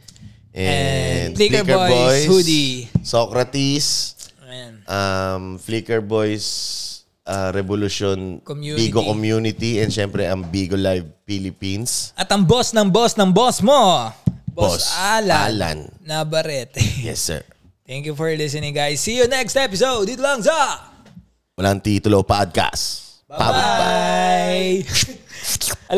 And, And Flicker Boys hoodie. Socrates, Ayan. um, Flicker Boys uh, Revolution Community. Bigo Community, and syempre ang Bigo Live Philippines. At ang boss ng boss ng boss mo, Boss, Boss Alan, Alan. Navarrete. Yes, sir. Thank you for listening, guys. See you next episode. Dito lang sa... Walang titulo podcast. Bye-bye. Bye! Alam